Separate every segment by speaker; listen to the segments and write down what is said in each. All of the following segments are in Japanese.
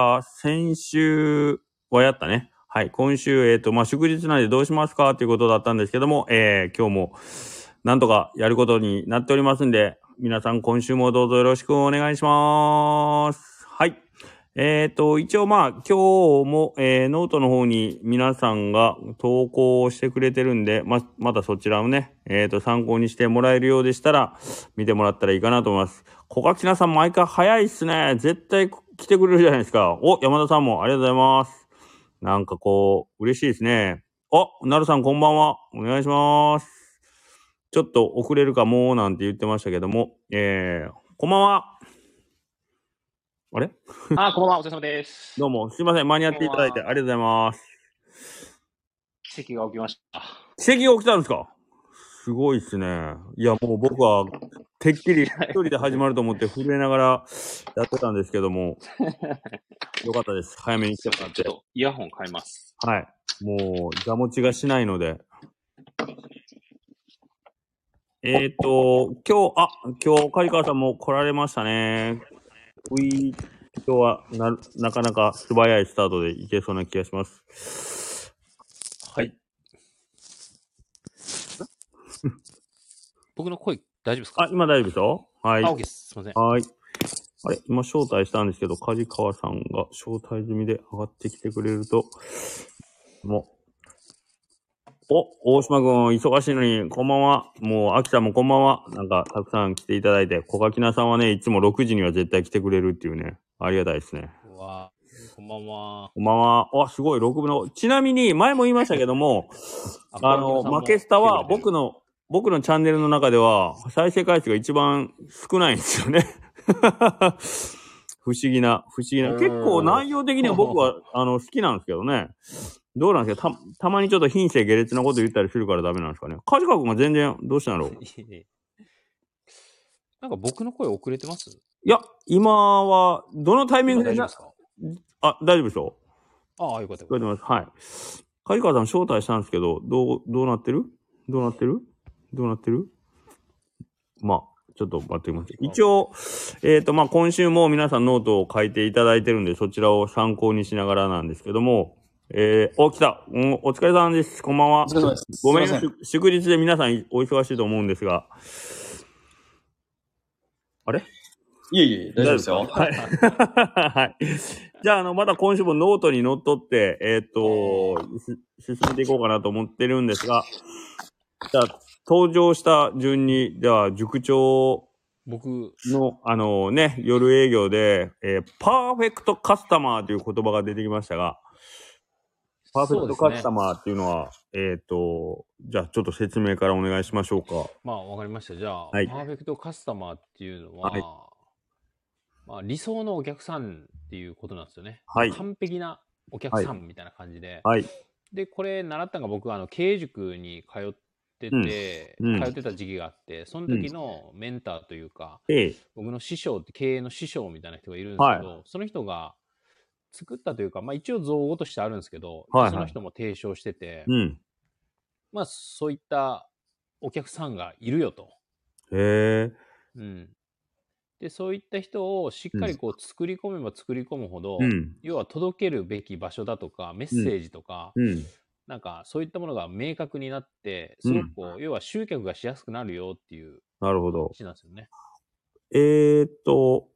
Speaker 1: あ、先週はやったね。はい。今週、えっ、と、まあ、祝日なんでどうしますかということだったんですけども、えー、今日も、なんとかやることになっておりますんで、皆さん今週もどうぞよろしくお願いします。はい。えっ、と、一応まあ、今日も、えー、ノートの方に皆さんが投稿をしてくれてるんで、ま、またそちらをね、えっ、と、参考にしてもらえるようでしたら、見てもらったらいいかなと思います。小垣菜さん、毎回早いっすね。絶対来てくれるじゃないですか。お、山田さんもありがとうございます。なんかこう、嬉しいですね。お、なるさん、こんばんは。お願いします。ちょっと遅れるかも、なんて言ってましたけども、えー、こんばんは。あれ
Speaker 2: あー、こんばんは、お疲れ様です。
Speaker 1: どうも、すいません。間に合っていただいて
Speaker 2: こんばん
Speaker 1: ありがとうございます。
Speaker 2: 奇跡が起きました。
Speaker 1: 奇跡が起きたんですかすごいっすね。いや、もう僕は、てっきり一人で始まると思って震えながらやってたんですけども、よかったです。早めに来てもらっ。
Speaker 2: ちょってとイヤホン変えます。
Speaker 1: はい。もう、座持ちがしないので。えっ、ー、と、今日、あ、今日、刈川さんも来られましたね。うい、今日はな、なかなか素早いスタートでいけそうな気がします。はい。
Speaker 2: 僕の声大丈夫ですか
Speaker 1: あ、今大丈夫ですよ。はい。
Speaker 2: あ、OK です。すみません。
Speaker 1: はーい。あれ、今招待したんですけど、梶川さんが招待済みで上がってきてくれると、もう。お、大島くん、忙しいのに、こんばんは。もう、秋さんもこんばんは。なんか、たくさん来ていただいて、小垣菜さんはね、いつも6時には絶対来てくれるっていうね、ありがたいですね。
Speaker 2: うわーこんばんは。
Speaker 1: こんばんは。わ、すごい、6分の。ちなみに、前も言いましたけども、あの、負けスタは、僕
Speaker 2: の。
Speaker 1: の、僕のチャンネルの中では、再生回数が一番少ないんですよね。 不思議な、不思議な。
Speaker 2: うん
Speaker 1: 結構内容的には僕 は、あの、好きなんですけどね。どうなんですかた、たまにちょっと品性下劣なこと言ったりするからダメなんですかね。梶川君が全然、どうしたんだろう
Speaker 2: なんか僕の声遅れてます
Speaker 1: いや、今は、どのタイミン
Speaker 2: 今
Speaker 1: グ
Speaker 2: 大
Speaker 1: で
Speaker 2: 丈夫
Speaker 1: な
Speaker 2: です、か
Speaker 1: あ、大丈夫でしょ
Speaker 2: ああ、よかったよ
Speaker 1: 聞こ
Speaker 2: か
Speaker 1: え
Speaker 2: って
Speaker 1: ます。はい。梶川さん招待したんですけど、どう、どうなってるどうなってるどうなってるまあ、ちょっと待ってみます。一応、えっ、と、まあ、今週も皆さんノートを書いていただいてるんで、そちらを参考にしながらなんですけども、えー、お、来た、うん、お疲れ様です。こんばんは。
Speaker 3: お疲れ様です。
Speaker 1: ごめん
Speaker 3: すいません。
Speaker 1: 祝祝日で皆さんお忙しいと思うんですが。
Speaker 3: いえいえ、大丈夫ですよ。
Speaker 1: はい。はい。じゃあ、あの、また今週もノートに乗っ取って、えーっ、と、す進めていこうかなと思ってるんですが、じゃあ、登場した順に、じゃあ、塾長
Speaker 2: た。僕、
Speaker 1: の、あのね、夜営業で、えーパーフェクトカスタマーという言葉が出てきましたが、パーフェクトカスタ
Speaker 2: ム。
Speaker 1: マーっていうのは、えーっ、と、じゃあ、ちょっと説明からお願いしましょうか。
Speaker 2: まあ、わかりました。じゃあ、パ
Speaker 1: はい
Speaker 2: ーフェクトカスタマーっていうのは
Speaker 1: はい、
Speaker 2: まあ、理想のお客さんっていうことなんですよね。
Speaker 1: はい。
Speaker 2: 完璧なお客さんみたいな感じで。
Speaker 1: はい。
Speaker 2: で、これ習ったのが僕はあの経営塾に通ってて、
Speaker 1: うんうん
Speaker 2: 通ってた時期があって、その時のメンターというか、
Speaker 1: ええ
Speaker 2: 僕の師匠って経営の師匠みたいな人がいるんですけど、その人が作ったというか、まあ一応造語としてあるんですけど、
Speaker 1: はいはい
Speaker 2: その人も提唱してて、
Speaker 1: うん。
Speaker 2: まあそういったお客さんがいるよと。
Speaker 1: へえ。
Speaker 2: うん。で、そういった人をしっかりこう作り込めば作り込むほど、
Speaker 1: うん。
Speaker 2: 要は届けるべき場所だとか、メッセージとか、
Speaker 1: うん。
Speaker 2: なんかそういったものが明確になって、
Speaker 1: う
Speaker 2: す
Speaker 1: ん
Speaker 2: ごくこう、要は集客がしやすくなるよっていう
Speaker 1: なるほど。
Speaker 2: 話なんですよね。
Speaker 1: えー、っと、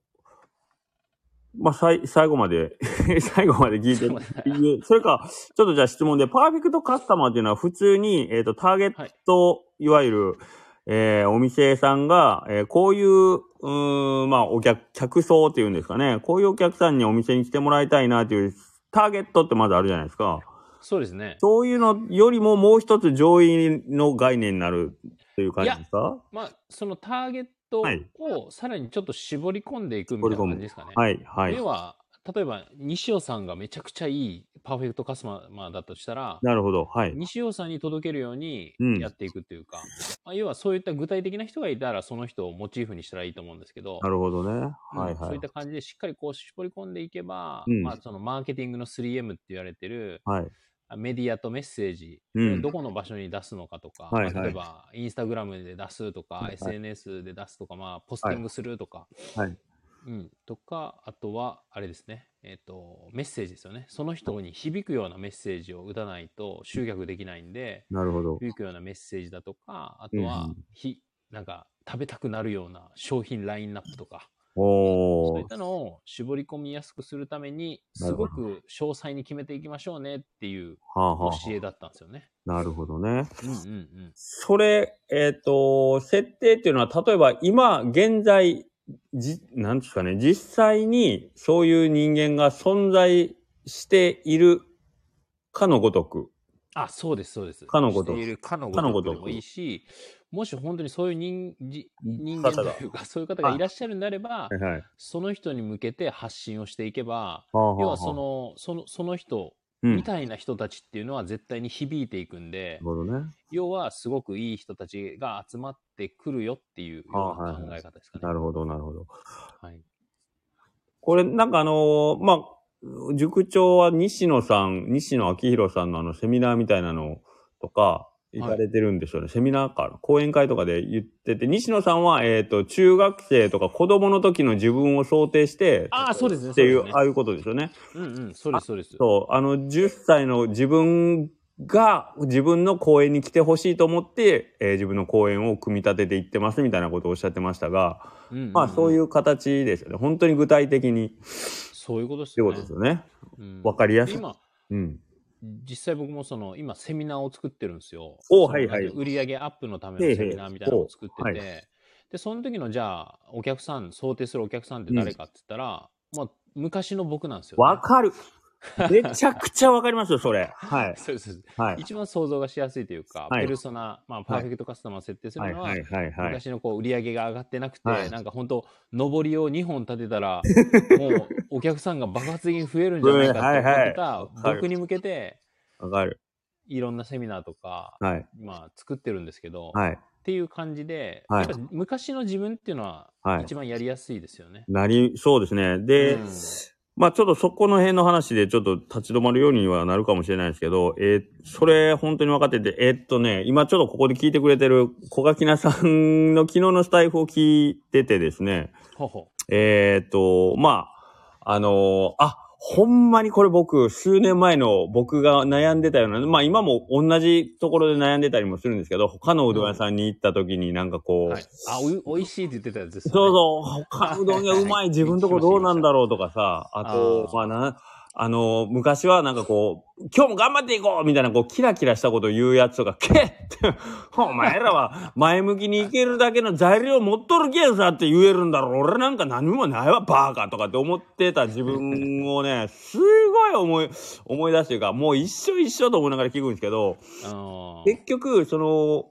Speaker 1: まあ、さい、最後まで、 最後まで聞いて
Speaker 2: そうですね
Speaker 1: いいそれか、ちょっとじゃあ質問で、パーフェクトカスタマーっていうのは普通に、えーっと、ターゲット、い、わゆる、えーお店さんが、えーこういう、うーん、まあ、お客、客層っていうんですかね、こういうお客さんにお店に来てもらいたいなっていう、ターゲットってまずあるじゃないですか。
Speaker 2: そうですね。
Speaker 1: そういうのよりももう一つ上位の概念になるっていう感じですか
Speaker 2: まあ、そのターゲット
Speaker 1: はい
Speaker 2: をさらにちょっと絞り込んでいくみたいな感じですかね。
Speaker 1: はい、はい。
Speaker 2: 要は、例えば西尾さんがめちゃくちゃいいパーフェクトカスタマーだとしたら、
Speaker 1: なるほど、はい。
Speaker 2: 西尾さんに届けるように
Speaker 1: うん
Speaker 2: やっていくというか、まあ、要はそういった具体的な人がいたらその人をモチーフにしたらいいと思うんですけど、
Speaker 1: なるほどね。
Speaker 2: うん
Speaker 1: はい
Speaker 2: そう
Speaker 1: はいい
Speaker 2: っ。た感じでしっかりこう絞り込んでいけば、
Speaker 1: うん
Speaker 2: まあ、そのマーケティングの 3M って言われてる
Speaker 1: はい。
Speaker 2: あメディアとメッセージ、
Speaker 1: うん
Speaker 2: ど。この場所に出すのかとか、
Speaker 1: はいはい
Speaker 2: まあ例えばインスタグラムで出すとか、
Speaker 1: はい
Speaker 2: SNS で出すとか、まあ、ポスティングするとか、
Speaker 1: はい
Speaker 2: うん、とか、あとは、あれですね、えっ、と、メッセージですよね。その人に響くようなメッセージを打たないと集客できないんで、
Speaker 1: なるほど。
Speaker 2: 響くようなメッセージだとか、あとは、
Speaker 1: うん
Speaker 2: ひ、なんか、食べたくなるような商品ラインナップとか、そう
Speaker 1: お
Speaker 2: い
Speaker 1: ー
Speaker 2: っ。たのを絞り込みやすくするために、
Speaker 1: な
Speaker 2: す
Speaker 1: るほ
Speaker 2: ご
Speaker 1: ど
Speaker 2: く詳細に決めていきましょうねっていう
Speaker 1: はあ、はあ
Speaker 2: 教
Speaker 1: は
Speaker 2: えだったんですよね。
Speaker 1: あ、なるほどね。
Speaker 2: うんうんうん。
Speaker 1: それ、えっ、と、設定っていうのは、例えば今、現在、じ、なんですかね、実際にそういう人間が存在しているかのごとく。
Speaker 2: あ、そうです、そうです。
Speaker 1: かのごとく
Speaker 2: しているかの
Speaker 1: かの
Speaker 2: ご
Speaker 1: ご
Speaker 2: と
Speaker 1: と
Speaker 2: く
Speaker 1: く
Speaker 2: でもいいし、もし本当にそういう人じ人間というか、そういう方がいらっしゃるんであれば、
Speaker 1: いはい。
Speaker 2: その人に向けて発信をしていけば、
Speaker 1: はあはあはあ
Speaker 2: 要はそ、の、その、その人、
Speaker 1: うん、
Speaker 2: みたいな人たちっていうのは絶対に響いていくんで、
Speaker 1: なるほどね。
Speaker 2: 要はすごくいい人たちが集まってくるよっていうよう
Speaker 1: あはい
Speaker 2: な
Speaker 1: はい
Speaker 2: 考え方ですかね。
Speaker 1: なるほど、なるほど。
Speaker 2: はい。
Speaker 1: これ、なんかあのーまあ、塾長は西野さん、西野昭弘さんのあのセミナーみたいなのとか、行かれてるんですよね。セミナーか、講演会とかで言ってて、西野さんは、えっ、と、中学生とか子供の時の自分を想定して、
Speaker 2: ああ、そうですね。
Speaker 1: っていう、
Speaker 2: そ
Speaker 1: ああ
Speaker 2: う
Speaker 1: いうことですよね。
Speaker 2: ですね。うんうん、そうです、そうです。
Speaker 1: そう、あの、10歳の自分が自分の公演に来てほしいと思って、えー自分の公演を組み立てていってますみたいなことをおっしゃってましたが、
Speaker 2: うんうんうん
Speaker 1: まあそういう形ですよね。本当に具体的に、
Speaker 2: そういうことです
Speaker 1: という
Speaker 2: よ
Speaker 1: こ
Speaker 2: ね
Speaker 1: とですよね。
Speaker 2: うん
Speaker 1: わかりやすい
Speaker 2: で今、
Speaker 1: うん。
Speaker 2: 実際僕もその、今セミナーを作ってるんですよ。
Speaker 1: お
Speaker 2: その
Speaker 1: はいはい
Speaker 2: 売り上げアップのためのセミナーみたいなのを作ってて、
Speaker 1: へえへ
Speaker 2: で、その時のじゃあ、お客さん、想定するお客さんって誰かって言ったら、まあ、昔の僕なんですよ、ね。
Speaker 1: わかる。めちゃくちゃわかりますよ、それ。はい。
Speaker 2: そうですそうです。
Speaker 1: はい。
Speaker 2: 一番想像がしやすいというか、
Speaker 1: はい
Speaker 2: ペルソナ、まあ、パーフェクトカスタマーを設定す
Speaker 1: は
Speaker 2: る
Speaker 1: い
Speaker 2: のは、
Speaker 1: はいはいはい。
Speaker 2: 昔のこう売り上げが上がってなくて、
Speaker 1: はい
Speaker 2: なんか本当上りを2本立て たらもうお客さんが爆発的に増えるんじゃないかって思ってた
Speaker 1: うんはいはい
Speaker 2: 僕に向けて
Speaker 1: わかる。
Speaker 2: いろんなセミナーとか、
Speaker 1: はい。
Speaker 2: まあ、作ってるんですけど、っ
Speaker 1: はい。
Speaker 2: ていう感じで、
Speaker 1: はい
Speaker 2: やっぱ昔の自分っていうのは
Speaker 1: はい
Speaker 2: 一番やりやすいですよね。
Speaker 1: なり、そうですね。で、
Speaker 2: うん
Speaker 1: まあちょっとそこの辺の話でちょっと立ち止まるようにはなるかもしれないですけど、えーそれ本当に分かってて、えーっとね、今ちょっとここで聞いてくれてる小垣菜さんの昨日のスタイフを聞いててですね、
Speaker 2: ほうほ
Speaker 1: えーっと、まあ、あのーあ、ほんまにこれ僕、数年前の僕が悩んでたような、まあ今も同じところで悩んでたりもするんですけど、他のうどん屋さんに行った時になんかこう、
Speaker 2: うはい、あおいおいしいって言ってたやつです
Speaker 1: そう
Speaker 2: よ
Speaker 1: そ
Speaker 2: ね。
Speaker 1: う、他のうどんがうまい自分とこどうなんだろうとかさ、あと、
Speaker 2: あ
Speaker 1: まあな、あの、昔はなんかこう、今日も頑張っていこうみたいな、こう、キラキラしたことを言うやつとか、 けっって、お前らは前向きにいけるだけの材料持っとるけんさって言えるんだろう。俺なんか何もないわ、バーカとかって思ってた自分をね、すごい思い、思い出すというか、もう一緒一緒と思いながら聞くんですけど、
Speaker 2: あー
Speaker 1: 結局、その、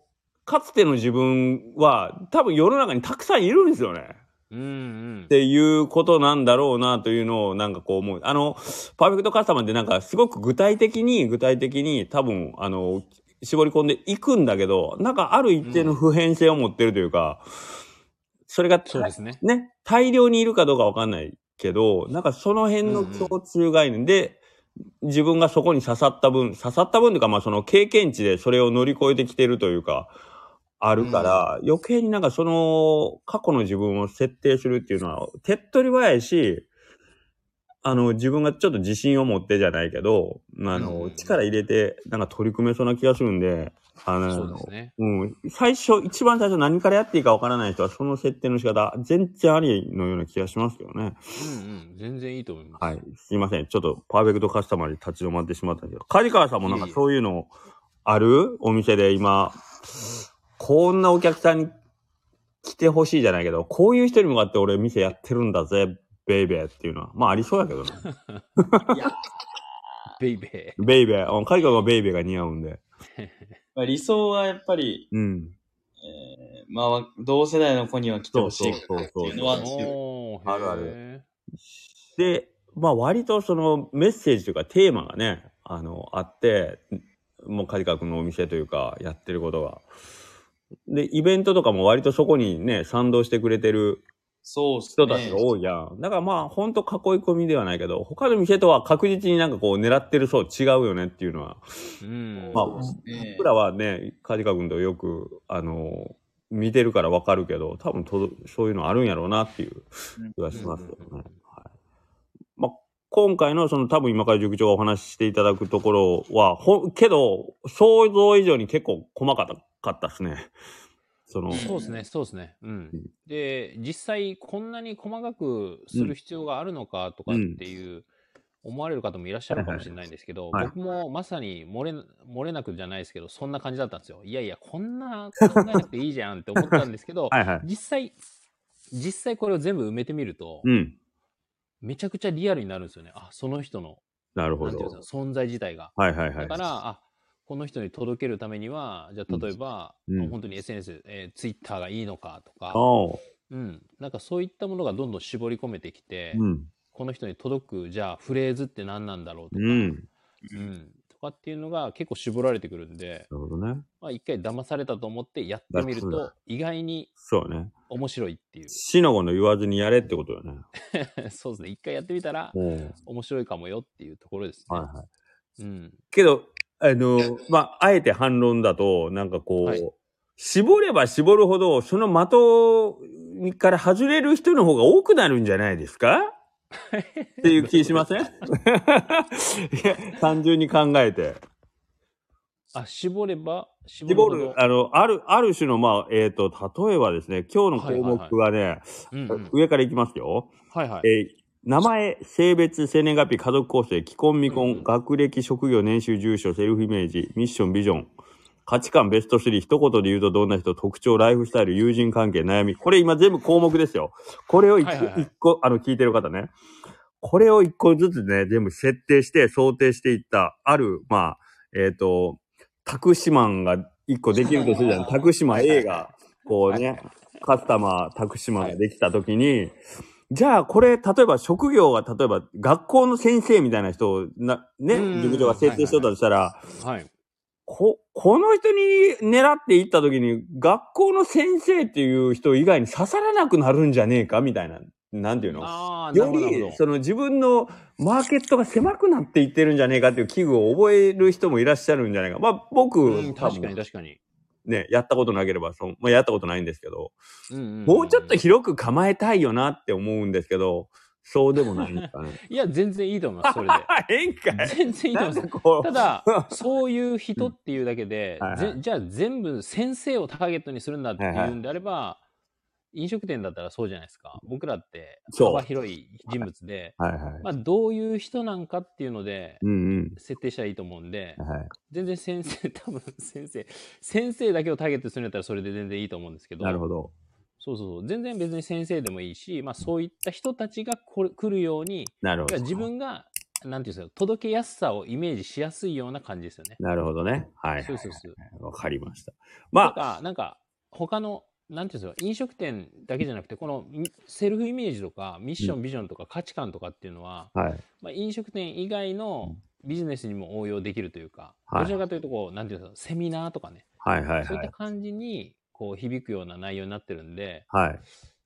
Speaker 1: かつての自分は多分世の中にたくさんいるんですよね。
Speaker 2: うんうん
Speaker 1: っ。ていうことなんだろうなというのをなんかこう思う。あの、パーフェクトカスタマーってなんかすごく具体的に具体的に多分あの、絞り込んでいくんだけど、なんかある一定の普遍性を持ってるというか、それが
Speaker 2: そうですね。
Speaker 1: ね、大量にいるかどうかわかんないけど、なんかその辺の共通概念で、自分がそこに刺さった分、刺さった分というか、まあその経験値でそれを乗り越えてきてるというか、あるから、余計になんかその過去の自分を設定するっていうのは、手っ取り早いし、あの、自分がちょっと自信を持ってじゃないけど、あ
Speaker 2: うんう
Speaker 1: の、
Speaker 2: ん
Speaker 1: 力入れて、なんか取り組めそうな気がするんで、あの、
Speaker 2: そうですね。
Speaker 1: うん。最初、一番最初何からやっていいかわからない人は、その設定の仕方、全然ありのような気がしますけどね。
Speaker 2: うんうん。全然いいと思います。
Speaker 1: はい。すいません。ちょっと、パーフェクトカスタマーに立ち止まってしまったんですけど、梶川さんもなん
Speaker 2: いえ
Speaker 1: か
Speaker 2: いえ
Speaker 1: そういうのあるお店で今、こんなお客さんに来てほしいじゃないけど、こういう人に向かって俺店やってるんだぜ、ベイベーっていうのは。まあ、ありそうやけどね。
Speaker 2: ベイベ
Speaker 1: ベイベー。うん梶川がベイベーが似合うんで。
Speaker 3: まあ、理想はやっぱり、
Speaker 1: うん。
Speaker 3: えーまあ、同世代の子には来てほしい
Speaker 1: そうそう
Speaker 3: って
Speaker 1: そう
Speaker 3: いうの
Speaker 2: ー。
Speaker 3: は
Speaker 2: おー
Speaker 1: あるある。
Speaker 2: へー
Speaker 1: で、まあ割とそのメッセージというかテーマがね、あの、あって、もうカリカ君のお店というかやってることが。で、イベントとかも割とそこにね、賛同してくれてる
Speaker 3: そうっす
Speaker 1: 人
Speaker 3: ね。
Speaker 1: たちが多いやん。だからまあほんと囲い込みではないけど、他の店とは確実になんかこう狙ってる層違うよねっていうのは。
Speaker 2: うん。
Speaker 1: まあ
Speaker 3: そうっすね
Speaker 1: 僕らはね、カリカ君とよく、あの、見てるからわかるけど、多分とどそういうのあるんやろうなっていう
Speaker 3: うん
Speaker 1: 気がしますよ
Speaker 2: うんうんうん
Speaker 1: ね。はいまあ、今回のその多分今から塾長がお話ししていただくところは、ほんけど、想像以上に結構細かかったですね。その、
Speaker 2: そうですね、そうですね。うん
Speaker 1: うん。
Speaker 2: で、実際こんなに細かくする必要があるのかとかっていう、思われる方もいらっしゃるかもしれないんですけど、
Speaker 1: はいはい
Speaker 2: 僕もまさに漏れ、漏れなくじゃないですけど、そんな感じだったんですよ。いやいや、こんな 考えなくていいじゃんって思ったんですけど、
Speaker 1: はいはい。
Speaker 2: 実際、実際これを全部埋めてみると、
Speaker 1: うん。
Speaker 2: めちゃくちゃリアルになるんですよね。あ、その人の、
Speaker 1: なるほ
Speaker 2: なんていうん
Speaker 1: ど
Speaker 2: で。すか、存在自体が。
Speaker 1: はいはいは
Speaker 2: だ
Speaker 1: い
Speaker 2: か。ら、あ、この人に届けるためには、じゃあ例えば、
Speaker 1: うん
Speaker 2: 本当に SNS、えー、Twitter がいいのかとか、
Speaker 1: おう。
Speaker 2: うん、なんかそういったものがどんどん絞り込めてきて、
Speaker 1: うん。
Speaker 2: この人に届くじゃあフレーズって何なんだろうと
Speaker 1: う
Speaker 2: か、
Speaker 1: ん。な
Speaker 2: うんとかっていうのが結構絞られてくるんで、
Speaker 1: るほどね。
Speaker 2: まあ、一回騙されたと思ってやってみる
Speaker 1: だ
Speaker 2: と意外に
Speaker 1: そうね。
Speaker 2: 面白いってい
Speaker 1: 死の子の言わずにやれってことよね。
Speaker 2: う そうですね一回やってみたら
Speaker 1: おう
Speaker 2: 面白いかもよっていうところです
Speaker 1: は
Speaker 2: ね。
Speaker 1: いはい。
Speaker 2: うん、
Speaker 1: けど、あの、まあ、あえて反論だと、なんかこう、
Speaker 2: はい
Speaker 1: 絞れば絞るほど、その的から外れる人の方が多くなるんじゃないです かっていう気しませんいや単純に考えて。
Speaker 2: あ絞れば絞
Speaker 1: 絞
Speaker 2: るほ
Speaker 1: る
Speaker 2: ど、
Speaker 1: あの、ある、ある種の、まあ、えっ、と、例えばですね、今日の項目がね、
Speaker 2: うんうん、
Speaker 1: 上からいきますよ。
Speaker 2: はいはい、
Speaker 1: えー名前、性別、生年月日、家族構成、既婚、未
Speaker 2: うんう
Speaker 1: 婚、
Speaker 2: ん
Speaker 1: 学歴、職業、年収、住所、セルフイメージ、ミッション、ビジョン、価値観、ベスト3、一言で言うとどんな人、特徴、ライフスタイル、友人関係、悩み。これ今全部項目ですよ。これを一個、
Speaker 2: はいはいはい
Speaker 1: 一個あの、聞いてる方ね。これを一個ずつね、全部設定して、想定していった、ある、まあ、えっ、と、タクシマンが一個できるとするじゃない。タクシマン A が、こうね、カスタマー、タクシマンができたときに、じゃあこれ、例えば職業が、例えば学校の先生みたいな人を、な、ね
Speaker 2: うんう、ん
Speaker 1: 塾長が設定しとったとしたら、
Speaker 2: はい、
Speaker 1: こ、この人に狙っていったときに、学校の先生っていう人以外に刺さらなくなるんじゃねえかみたいな、なんていうの
Speaker 2: ああなる
Speaker 1: よ
Speaker 2: ほどなる
Speaker 1: り、
Speaker 2: ほ
Speaker 1: その自分のマーケットが狭くなっていってるんじゃねえかっていう危惧を覚える人もいらっしゃるんじゃないか。まあ僕、
Speaker 2: ど、うん、
Speaker 1: 多
Speaker 2: 確か
Speaker 1: 分
Speaker 2: に確かに、
Speaker 1: ね、やったことなければ、そのまあやったことないんですけど、
Speaker 2: うんうんんん
Speaker 1: もうちょっと広く構えたいよなって思うんですけど、そうでもないんです かね。
Speaker 2: いや全然いいと思いますそれ
Speaker 1: 変か
Speaker 2: で
Speaker 1: い
Speaker 2: 全然いいと
Speaker 1: な
Speaker 2: 思い
Speaker 1: ん
Speaker 2: ます
Speaker 1: かこ
Speaker 2: ただ、そういう人っていうだけで、
Speaker 1: うんはいは
Speaker 2: ぜじゃあ全部先生をターゲットにするんだっていうんであれば、飲食店だったらそうじゃないですか。僕らって
Speaker 1: そう
Speaker 2: 幅広い人物で、
Speaker 1: う。はいはい。
Speaker 2: まあどういう人なんかっていうので、
Speaker 1: うん
Speaker 2: 設定したらいいと思うんで
Speaker 1: うん。、はい。
Speaker 2: 全然先生、多分 先生、先生だけをターゲットにするんだったらそれで全然いいと思うんですけど、
Speaker 1: なるほど。
Speaker 2: そうそうそう、全然別に先生でもいいし、まあそういった人たちがこれ来るように、
Speaker 1: なるほど。
Speaker 2: 自分が、なんていうんですか、届けやすさをイメージしやすいような感じですよね。
Speaker 1: なるほどね。はい
Speaker 2: そ。うそうそう。
Speaker 1: わかりました。
Speaker 2: なん
Speaker 1: まあ、
Speaker 2: か、なんか、他の、なんていうんですか、飲食店だけじゃなくて、このみセルフイメージとか、ミッション、ビジョンとか価値観とかっていうのは、
Speaker 1: はい。
Speaker 2: まあ、飲食店以外のビジネスにも応用できるというか、
Speaker 1: はい
Speaker 2: どちらかというと、こう、なんていうんですか、セミナーとかね、
Speaker 1: はいはい
Speaker 2: そうい
Speaker 1: は
Speaker 2: った
Speaker 1: い。
Speaker 2: 感じに、こう、響くような内容になってるんで、
Speaker 1: はい。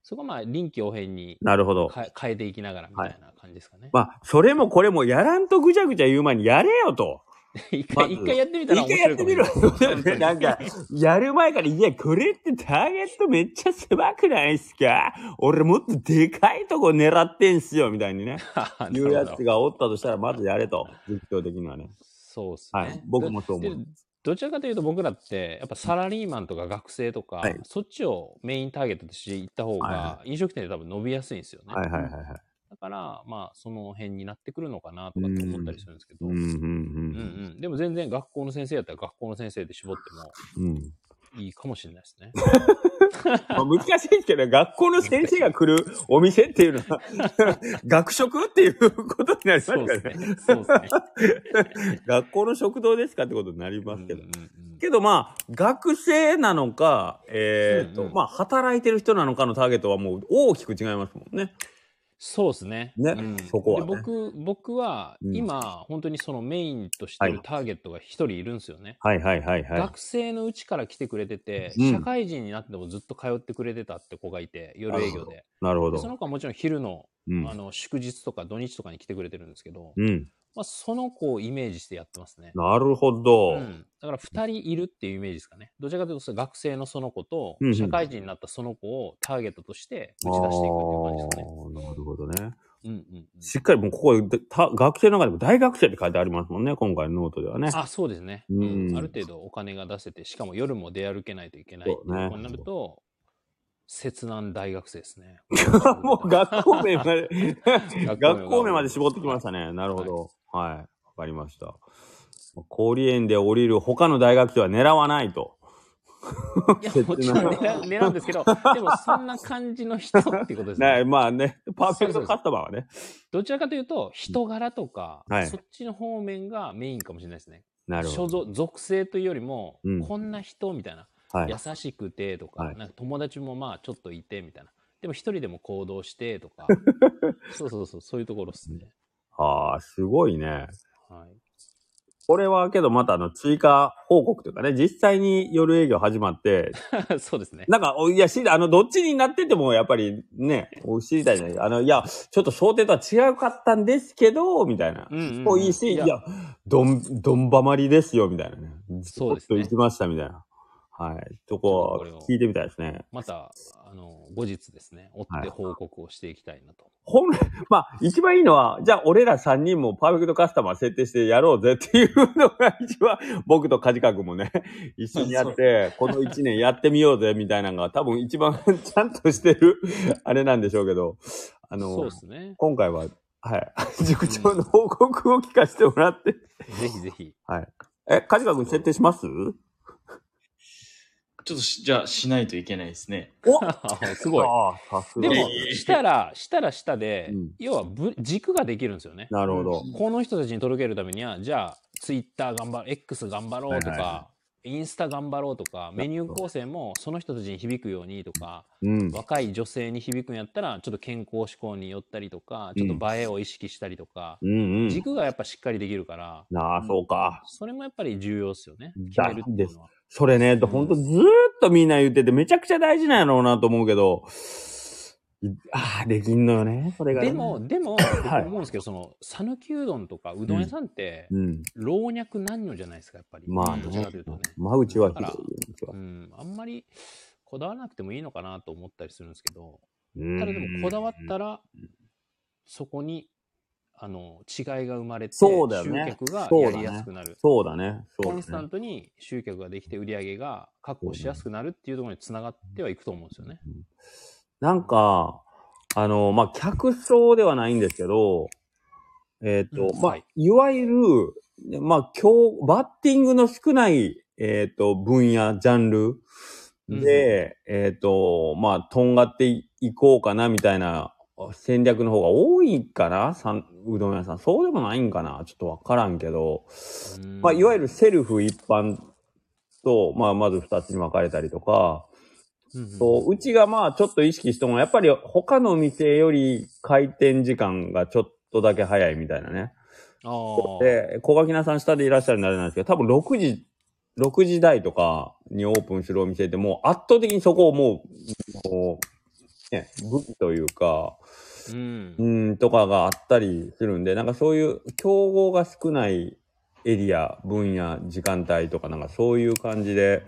Speaker 2: そこはまあ、臨機応変に
Speaker 1: なるほど。
Speaker 2: か変えていきながらみたいな感じですかね。
Speaker 1: まあ、それもこれもやらんとぐちゃぐちゃ言う前にやれよと。
Speaker 2: 一回、
Speaker 1: まず
Speaker 2: 一回やってみたら
Speaker 1: 一回
Speaker 2: 面
Speaker 1: や
Speaker 2: 白
Speaker 1: って
Speaker 2: いかも
Speaker 1: み
Speaker 2: しれ
Speaker 1: ろ
Speaker 2: ない。
Speaker 1: よ。なんか、やる前から、いや、これってターゲットめっちゃ狭くないっすか俺もっとでかいとこ狙ってんすよ、みたいにね。
Speaker 2: なる
Speaker 1: い
Speaker 2: ほ
Speaker 1: う
Speaker 2: ど
Speaker 1: やつがおったとしたら、まずやれと。実況的にはね。
Speaker 2: そうですね。
Speaker 1: はい。僕もそう思う
Speaker 2: で。どちらかというと僕らってやっぱサラリーマンとか学生とか、
Speaker 1: はい
Speaker 2: そっちをメインターゲットとしていった
Speaker 1: は
Speaker 2: 方
Speaker 1: いは
Speaker 2: が飲食店で多分伸びやすいんですよね、
Speaker 1: はいはいはいはい。
Speaker 2: だからまあその辺になってくるのかなとかって思ったりするんですけど、
Speaker 1: う
Speaker 2: うんん
Speaker 1: う
Speaker 2: うん
Speaker 1: ん
Speaker 2: でも全然学校の先生やったら学校の先生で絞って
Speaker 1: うん。うん。
Speaker 2: もいいかもしれないですね
Speaker 1: まあ、難しいですけどね、学校の先生が来るお店っていうのは、 学食っていうことになりますか
Speaker 2: そうで
Speaker 1: ら
Speaker 2: す
Speaker 1: ね。
Speaker 2: ねそうですね
Speaker 1: 学校の食堂ですかってことになりますけど。
Speaker 2: うん うんうん
Speaker 1: けどまあ、学生なのか、えっ、と、
Speaker 2: うんうん
Speaker 1: まあ、働いてる人なのかのターゲットはもう大きく違いますもんね。
Speaker 2: そうですね。
Speaker 1: ね
Speaker 2: うん
Speaker 1: そこはね
Speaker 2: で僕僕は
Speaker 1: うん
Speaker 2: 今、本当にそのメインとして
Speaker 1: は
Speaker 2: る
Speaker 1: い
Speaker 2: ターゲットが一人いるんですよね。
Speaker 1: はいはいはいは
Speaker 2: 学生のうちから来てくれてて、
Speaker 1: うん
Speaker 2: 社会人になってもずっと通ってくれてたって子がいて夜営業で
Speaker 1: い。なるほ
Speaker 2: でそ
Speaker 1: ど。
Speaker 2: の子はもちろん昼の,、
Speaker 1: うん
Speaker 2: あ。の祝日とか土日とかに来てくれてるんですけど、
Speaker 1: うん。
Speaker 2: まあ、その子をイメージしてやってますね。
Speaker 1: なるほど。
Speaker 2: うん、だから2人いるっていうイメージですかね。どちらかというとその学生のその子と
Speaker 1: うんう、ん
Speaker 2: 社会人になったその子をターゲットとして
Speaker 1: あ
Speaker 2: 打ち出していくっていう感じですかね。
Speaker 1: ーなるほどね。
Speaker 2: うんうんうん
Speaker 1: しっかりもうここでた学生の中でも大学生って書いてありますもんね、今回のノートではね。
Speaker 2: あそうですね、
Speaker 1: うん。
Speaker 2: うんある程度お金が出せて、しかも夜も出歩けないといけないっていうことになると、切難大学生ですね
Speaker 1: もう学校名ま で、
Speaker 2: 名
Speaker 1: 学校名まで絞ってきましたね。なるほど。はい。わかりました。氷園で降りる他の大学生は狙わないと。
Speaker 2: いや、もちろん狙う狙うんですけど、でもそんな感じの人っていうこと です
Speaker 1: ね、
Speaker 2: ね。
Speaker 1: まあね、パーフェクトカスタマーはね。
Speaker 2: どちらかというと、人柄とか、
Speaker 1: はい
Speaker 2: そっちの方面がメインかもしれないですね。
Speaker 1: なる
Speaker 2: 所
Speaker 1: ほど。
Speaker 2: 属属性というよりも、
Speaker 1: うん
Speaker 2: こんな人みたいな、
Speaker 1: はい。
Speaker 2: 優しくてとか,、
Speaker 1: はい
Speaker 2: なんか友達もまあちょっといてみたいなでも一人でも行動して とかそうそうそうそういうところですね、
Speaker 1: ああ、すごいね。
Speaker 2: はい、
Speaker 1: これはけどまたあの追加報告というかね、実際に夜営業始ま って、
Speaker 2: そうですね。
Speaker 1: なんか、おいや、知りあの、どっちになってても、やっぱりね、お知りたいじゃないあの、いや、ちょっと想定とは違うかったんですけど、みたいな。
Speaker 2: うんうんうん
Speaker 1: もういいし、い
Speaker 2: い
Speaker 1: や
Speaker 2: や、
Speaker 1: どん、どんばまりですよ、みたいなね。
Speaker 2: そうです
Speaker 1: ちょ
Speaker 2: ね
Speaker 1: っと行きました、みたいな。はい。と
Speaker 2: ちょっと
Speaker 1: こ
Speaker 2: これを、
Speaker 1: 聞いてみたいですね。
Speaker 2: また、あの、後日ですね、追って報告をしていきたいなと。
Speaker 1: ほん、 まあ、一番いいのは、じゃあ、俺ら3人もパーフェクトカスタマー設定してやろうぜっていうのが、一番、僕と梶川君もね、 一緒にやって、この1年やってみようぜ、みたいなのが、多分一番ちゃんとしてる、 あれなんでしょうけど、あ
Speaker 2: そう
Speaker 1: の
Speaker 2: で、すね。
Speaker 1: 今回は、はい、 塾長の報告を聞かせてもらって、
Speaker 2: ぜひぜひ。
Speaker 1: はい。え、梶川君設定します
Speaker 3: ちょっとし、じゃあ、しないといけないですね。
Speaker 2: すごい。
Speaker 1: ああ、さす
Speaker 2: で
Speaker 1: が
Speaker 2: も
Speaker 3: いやいやい、や
Speaker 2: したら、したらしたで、
Speaker 1: うん
Speaker 2: 要はぶ軸ができるんですよね。
Speaker 1: なるほど。
Speaker 2: この人たちに届けるためには、じゃあ、ツイッター頑張ろう、X 頑張ろうとか、
Speaker 1: はいはいは
Speaker 2: インスタ頑張ろうとか、メニュー構成もその人たちに響くようにとか、
Speaker 1: うん。
Speaker 2: 若い女性に響くんやったら、ちょっと健康志向に寄ったりとか、ちょっと映えを意識したりとか、
Speaker 1: うんうん。
Speaker 2: 軸がやっぱしっかりできるから、
Speaker 1: なあ、そうか。
Speaker 2: それもやっぱり重要ですよね。決
Speaker 1: だ
Speaker 2: めるっていうのは。
Speaker 1: それね、ほんとずーっとみんな言ってて、めちゃくちゃ大事なんやろうなと思うけど、いああ、できんのよね、それが、ね。
Speaker 2: でも、で も、
Speaker 1: はい
Speaker 2: 僕思うんですけど、その、讃岐うどんとかうどん屋さんって、
Speaker 1: うん。
Speaker 2: 老若男女じゃないですか、やっぱり。
Speaker 1: まあ
Speaker 2: どちら
Speaker 1: ね
Speaker 2: かというとね。。
Speaker 1: 間口は広いよねそれ
Speaker 2: う
Speaker 1: は
Speaker 2: ん、あんまりこだわらなくてもいいのかなと思ったりするんですけど、
Speaker 1: うん。
Speaker 2: ただでもこだわったら、そこに、あの、違いが生まれて、
Speaker 1: そうだよ
Speaker 2: 集
Speaker 1: ね
Speaker 2: 客が
Speaker 1: そうだ
Speaker 2: や
Speaker 1: ね
Speaker 2: りやすくなる。
Speaker 1: そうだね。そ
Speaker 2: コ
Speaker 1: う
Speaker 2: ンス
Speaker 1: だ
Speaker 2: タ
Speaker 1: ね
Speaker 2: ン。トに集客ができて売り上げが確保しやすくなるっていうところにつながってはいくと思うんですよね。
Speaker 1: なんか、あの、まあ、客層ではないんですけど、えっ、と、
Speaker 2: うん
Speaker 1: まあ
Speaker 2: はい、
Speaker 1: いわゆる、まあ、今日、バッティングの少ない、えっ、と、分野、ジャンルで、えっ、と、まあ、とんがっていこうかな、みたいな戦略の方が多いかなさんうどん屋さん。そうでもないんかなちょっとわからんけど。
Speaker 2: うん
Speaker 1: まあ、いわゆる、セルフ一般と、まあ、まず二つに分かれたりとか、
Speaker 2: うんうん
Speaker 1: そう、うちがまあちょっと意識しても、やっぱり他のお店より開店時間がちょっとだけ早いみたいなね。
Speaker 2: あー
Speaker 1: で、小垣菜さん下でいらっしゃるんであれなんですけど、多分6時、6時台とかにオープンするお店ってもう圧倒的にそこをもう、こうね、武器というか、
Speaker 2: うん
Speaker 1: う。ん、とかがあったりするんで、なんかそういう競合が少ないエリア、分野、時間帯とか、なんかそういう感じで、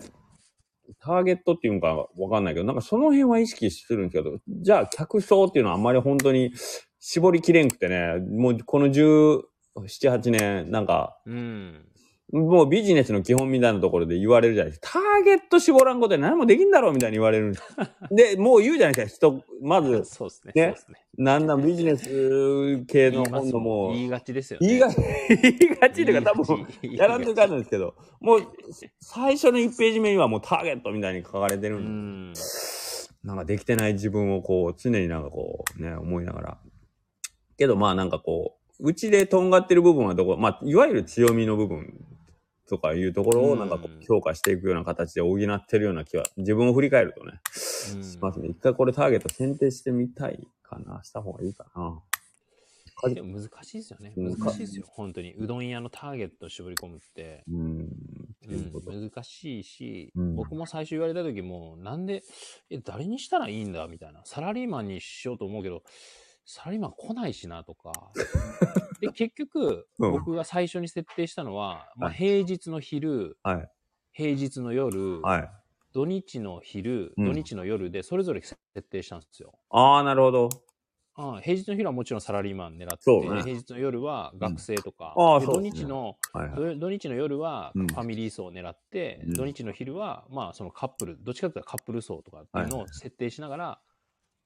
Speaker 1: ターゲットっていうのかわかんないけど、なんかその辺は意識するんですけど、じゃあ客層っていうのはあんまり本当に絞りきれんくてね、もうこの17、8年、なんか、
Speaker 2: うん。
Speaker 1: もうビジネスの基本みたいなところで言われるじゃないですか。ターゲット絞らんことで何もできんだろうみたいに言われるんです。で、もう言うじゃないですか。人、まず、
Speaker 2: そうですね。そ
Speaker 1: ね
Speaker 2: うですね。
Speaker 1: なんなんビジネス系の本のもう、
Speaker 2: 言いがちですよね。
Speaker 1: 言いが、言いがちというか多
Speaker 2: 言い
Speaker 1: 分
Speaker 2: が、ち
Speaker 1: やらんといかんのですけど、もう、最初の1ページ目にはもうターゲットみたいに書かれて
Speaker 2: う
Speaker 1: るんで、
Speaker 2: ん。
Speaker 1: なんかできてない自分をこう、常になんかこう、ね、思いながら。けどまあなんかこう、うちでとんがってる部分はどこ、まあ、いわゆる強みの部分とかいうところをなんかこ
Speaker 2: うん
Speaker 1: う、評価していくような形で補ってるような気は、自分を振り返るとね、
Speaker 2: うん
Speaker 1: しますね。一回これターゲット選定してみたいかな、した方がいいかな。か
Speaker 2: でも難しいですよね。
Speaker 1: うん
Speaker 2: 難しいですよ。本当に。うどん屋のターゲットを絞り込むって、
Speaker 1: うん、って
Speaker 2: う
Speaker 1: いうんこと。
Speaker 2: 難しいし、
Speaker 1: うん
Speaker 2: 僕も最初言われた時も、なんで、え、誰にしたらいいんだみたいな。サラリーマンにしようと思うけど、サラリーマン来ないしな とか。で、結局、
Speaker 1: うん
Speaker 2: 僕が最初に設定したのは、まあ、
Speaker 1: はい
Speaker 2: 平日の昼、
Speaker 1: はい
Speaker 2: 平日の夜、
Speaker 1: はい。
Speaker 2: 土日の昼、
Speaker 1: うん
Speaker 2: 土日の夜で、それぞれ設定したんですよ。
Speaker 1: ああ、なるほど。
Speaker 2: あ平日の昼はもちろんサラリーマン狙って
Speaker 1: そう
Speaker 2: て、
Speaker 1: ね
Speaker 2: 平日の夜は学生とか、
Speaker 1: うんああ
Speaker 2: で
Speaker 1: そ
Speaker 2: 土
Speaker 1: うですね
Speaker 2: 日の
Speaker 1: はいはい。
Speaker 2: 土土日の夜は
Speaker 1: う
Speaker 2: フ
Speaker 1: ん
Speaker 2: ァミリー層を狙って、
Speaker 1: うん
Speaker 2: 土日の昼はまあそのカップルどっちかというとカップル層とかっていうのを設定しながら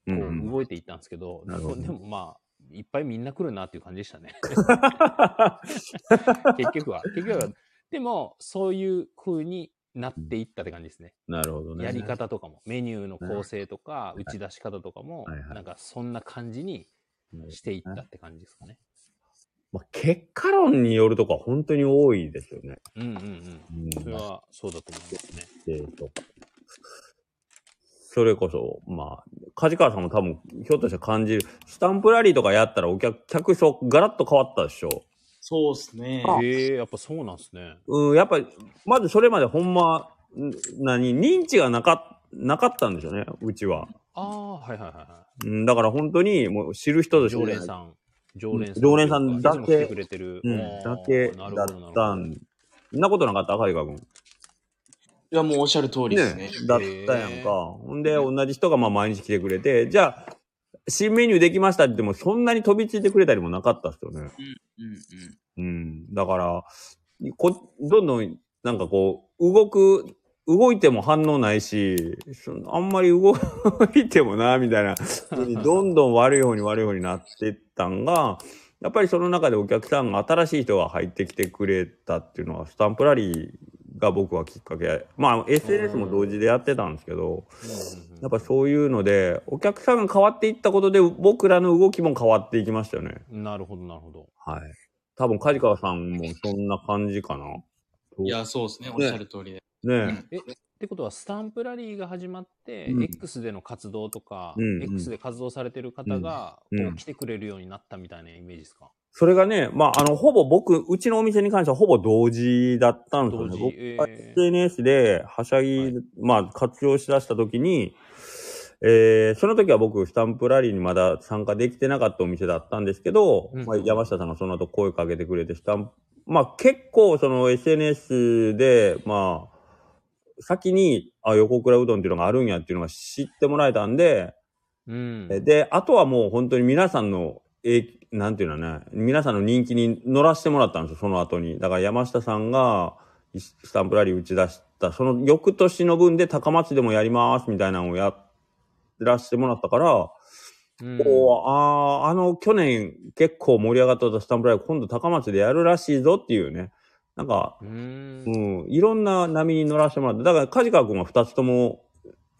Speaker 1: う
Speaker 2: こ
Speaker 1: んう、
Speaker 2: うん動いていったんですけど,、
Speaker 1: なるほど
Speaker 2: でもまあいっぱいみんな来るなっていう感じでし たね結局は結局はでもそういう風になっていったって感じですね
Speaker 1: なるほどね。
Speaker 2: やり方とかもメニューの構成とか
Speaker 1: ね
Speaker 2: 打ち出し方とかも
Speaker 1: はいはい
Speaker 2: なんかそんな感じにしていったって感じですかね
Speaker 1: まあ、結果論によるとか本当に多いですよね。
Speaker 2: うんうんうん
Speaker 1: うん
Speaker 2: それはそうだと思いますね
Speaker 1: えーとそれこそ、まあ、梶川さんも多分、ひょっとしたら感じる。スタンプラリーとかやったらお客、客層ガラッと変わったでしょ。
Speaker 3: そうですね。
Speaker 1: あ
Speaker 2: ええやっぱそうなんですね。
Speaker 1: うん、やっぱり、まずそれまでほんま、ん何、認知がなか、なかったんですよね、うちは。
Speaker 2: ああ、はいはいはいは
Speaker 1: うん、だから本当に、もう知る人ぞ
Speaker 2: い。
Speaker 1: 知る
Speaker 2: 常連さん。常連さん。
Speaker 1: 常連さんだけ
Speaker 2: いつも来てくれてる。
Speaker 1: うん、
Speaker 2: おー
Speaker 1: だけだ
Speaker 2: なる
Speaker 1: っ
Speaker 2: ほどなる
Speaker 1: た
Speaker 2: ほど
Speaker 1: ん。そんなことなかった梶川君。
Speaker 3: いや、もうおっしゃる通りですね。
Speaker 1: だったやんか。ほんで、同じ人がまあ毎日来てくれて、じゃあ、新メニューできましたって言っても、そんなに飛びついてくれたりもなかったっすよね。
Speaker 3: うんうん。
Speaker 1: うん。だから、こどんどん、なんかこう、動く、動いても反応ないし、そのあんまり動いてもな、みたいな、どんどん悪い方に悪い方になってったんが、やっぱりその中でお客さんが新しい人が入ってきてくれたっていうのは、スタンプラリーが僕はきっかけや、まあ SNS も同時でやってたんですけど、
Speaker 2: うんうんうん
Speaker 1: やっぱそういうので、お客さんが変わっていったことで、僕らの動きも変わっていきましたよね。
Speaker 2: なるほど、なるほど。
Speaker 1: はい。多分、梶川さんもそんな感じかな。
Speaker 3: いや、そうですね。おっしゃる通りで。
Speaker 1: ねえ。
Speaker 2: え、ってことは、スタンプラリーが始まって、
Speaker 1: うん
Speaker 2: X での活動とか、
Speaker 1: うんうん
Speaker 2: X で活動されてる方が、こ
Speaker 1: うん
Speaker 2: う来てくれるようになったみたいなイメージですか、
Speaker 1: それがね、まあ、あの、ほぼ僕、うちのお店に関してはほぼ同時だったんですよ
Speaker 2: 同
Speaker 1: ね。
Speaker 2: 時。
Speaker 1: 僕
Speaker 2: え
Speaker 1: が
Speaker 2: え
Speaker 1: SNS で、はしゃぎ、
Speaker 2: はい
Speaker 1: まあ、活用しだした時に、えー、その時は僕、スタンプラリーにまだ参加できてなかったお店だったんですけど、
Speaker 2: うん
Speaker 1: まあ、山下さんがその後声かけてくれて、スタンプ、まあ、結構、その SNS で、まあ、先に、あ、横倉うどんっていうのがあるんやっていうのが知ってもらえたんで、
Speaker 2: うん。
Speaker 1: えで、あとはもう本当に皆さんの、え、なんていうのね、皆さんの人気に乗らせてもらったんですよ、その後に。だから山下さんが、いスタンプラリー打ち出した、その翌年の分で高松でもやります、みたいなのをやらせてもらったから、
Speaker 2: うん
Speaker 1: こう、ああ、あの、去年結構盛り上がってたスタンプラリー、今度高松でやるらしいぞっていうね。なんか、
Speaker 2: うん
Speaker 1: うん、いろんな波に乗らせてもらって、だから梶川君は2つとも、